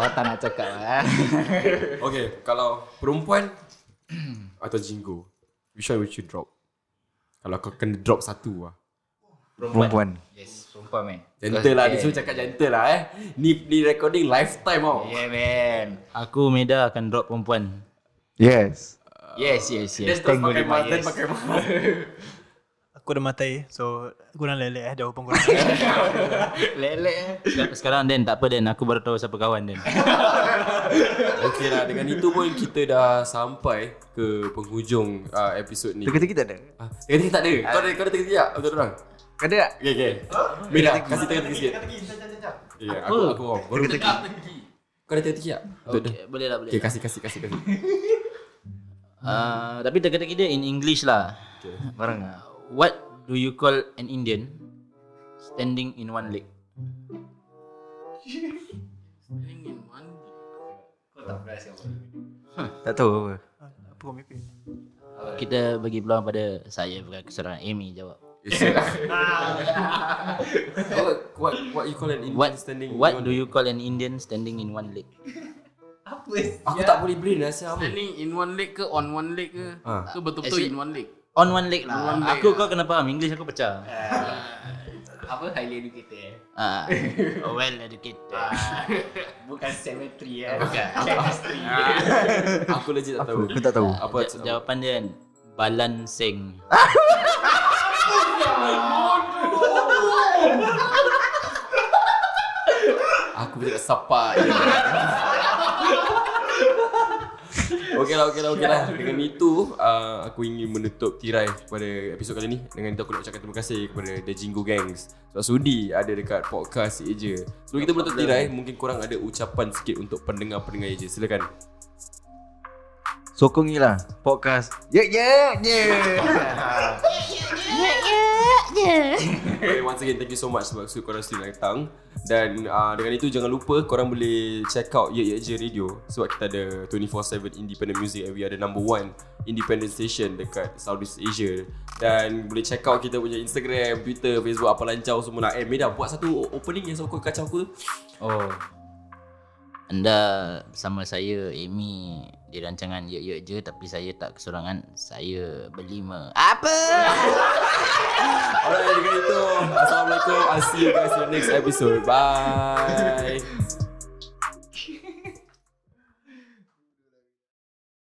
Speaker 3: Orang tak nak cakap lah. eh.
Speaker 1: Okay, kalau perempuan atau jinggo, which one would you drop? Kalau kau kena drop satu lah.
Speaker 2: Perempuan.
Speaker 3: Yes, sumpah man.
Speaker 1: Gentle lah, dia
Speaker 3: Yeah.
Speaker 1: cuma cakap gentle lah eh. Ni, ni recording lifetime oh. tau.
Speaker 3: Yeah man.
Speaker 5: Aku Meda akan drop perempuan.
Speaker 2: Yes.
Speaker 3: Yes, yes,
Speaker 1: Dia
Speaker 3: yes.
Speaker 1: terus
Speaker 3: Thank
Speaker 1: pakai
Speaker 3: you,
Speaker 1: mata,
Speaker 3: yes.
Speaker 1: pakai mata.
Speaker 4: Aku dah matai, so kurang lelek eh jawapan korang.
Speaker 3: Lelek eh.
Speaker 5: Sek- Sekarang Dan tak apa Dan aku baru tahu siapa kawan Dan.
Speaker 1: Okay lah, dengan itu pun kita dah sampai ke penghujung uh, episod ni.
Speaker 2: Teka-teki tak ada.
Speaker 1: Ah, Teka-teki tak ada. Kau ada, kau ada teka-teki tak? Betul orang?
Speaker 2: Ada tak?
Speaker 1: Okay, okay. Mira, kasih teka-teki sikit. Ya, aku aku wrong. Baru
Speaker 2: Teka-teki.
Speaker 1: kau ada teka-teki tak? Okay.
Speaker 5: Okay, boleh lah, boleh.
Speaker 1: okay, kasih kasih kasih kasih.
Speaker 5: Ah, tapi teka-teki dia in English lah.
Speaker 2: Barang
Speaker 5: Ah, what do you call an Indian standing in one leg?
Speaker 2: Tak tahu apa.
Speaker 4: Apa kau mimpi?
Speaker 5: Kita bagi peluang pada saya bukan keseorang Amy jawab.
Speaker 1: what, what what you call an Indian
Speaker 5: What
Speaker 1: standing?
Speaker 5: what do you call an Indian standing in one leg?
Speaker 1: Aku tak boleh brain lah siapa.
Speaker 6: Standing in one leg ke on one leg ke?
Speaker 1: Ah.
Speaker 6: Ke betul-betul
Speaker 5: Actually-
Speaker 6: in one leg?
Speaker 5: On one leg
Speaker 6: On
Speaker 5: lah.
Speaker 6: one leg
Speaker 5: aku kau
Speaker 6: lah. Eh,
Speaker 5: kena faham English aku pecah.
Speaker 3: Apa highly educated eh?
Speaker 5: Ah, well educated.
Speaker 3: Bukan cemetery eh. Bukan. Chemistry.
Speaker 1: Aku legit tak tahu.
Speaker 2: Aku tak tahu.
Speaker 1: Apa
Speaker 5: Apa jawapan dia kan? Balancing.
Speaker 1: Aku boleh tak sapak je. Okey lah, okey lah, okey lah. Dengan itu, uh, aku ingin menutup tirai pada episod kali ni. Dengan itu, aku nak ucapkan terima kasih kepada The Jingo Gangs. Sebab sudi ada dekat podcast Eja. Sebelum kita menutup tirai, mungkin korang ada ucapan sikit untuk pendengar-pendengar Eja. Silakan.
Speaker 2: Sokongilah lah, podcast. Ya ya ya.
Speaker 1: Okay, once again, thank you so much sebab so, korang still datang. Dan uh, dengan itu, jangan lupa korang boleh check out Ye Ye Je Radio. Sebab kita ada 24-7 independent music and we are the number one independent station dekat Southeast Asia. Dan boleh check out kita punya Instagram, Twitter, Facebook, apa lancau semua lah. Eh, Meda, buat satu opening yang sokong kacau aku tu.
Speaker 5: Oh. Anda bersama saya Amy di rancangan Ye Ye Je tapi saya tak kesorangan. Saya berlima. Apa?
Speaker 1: Alright, dengan itu, Assalamualaikum. I'll see you guys in the next episode. Bye.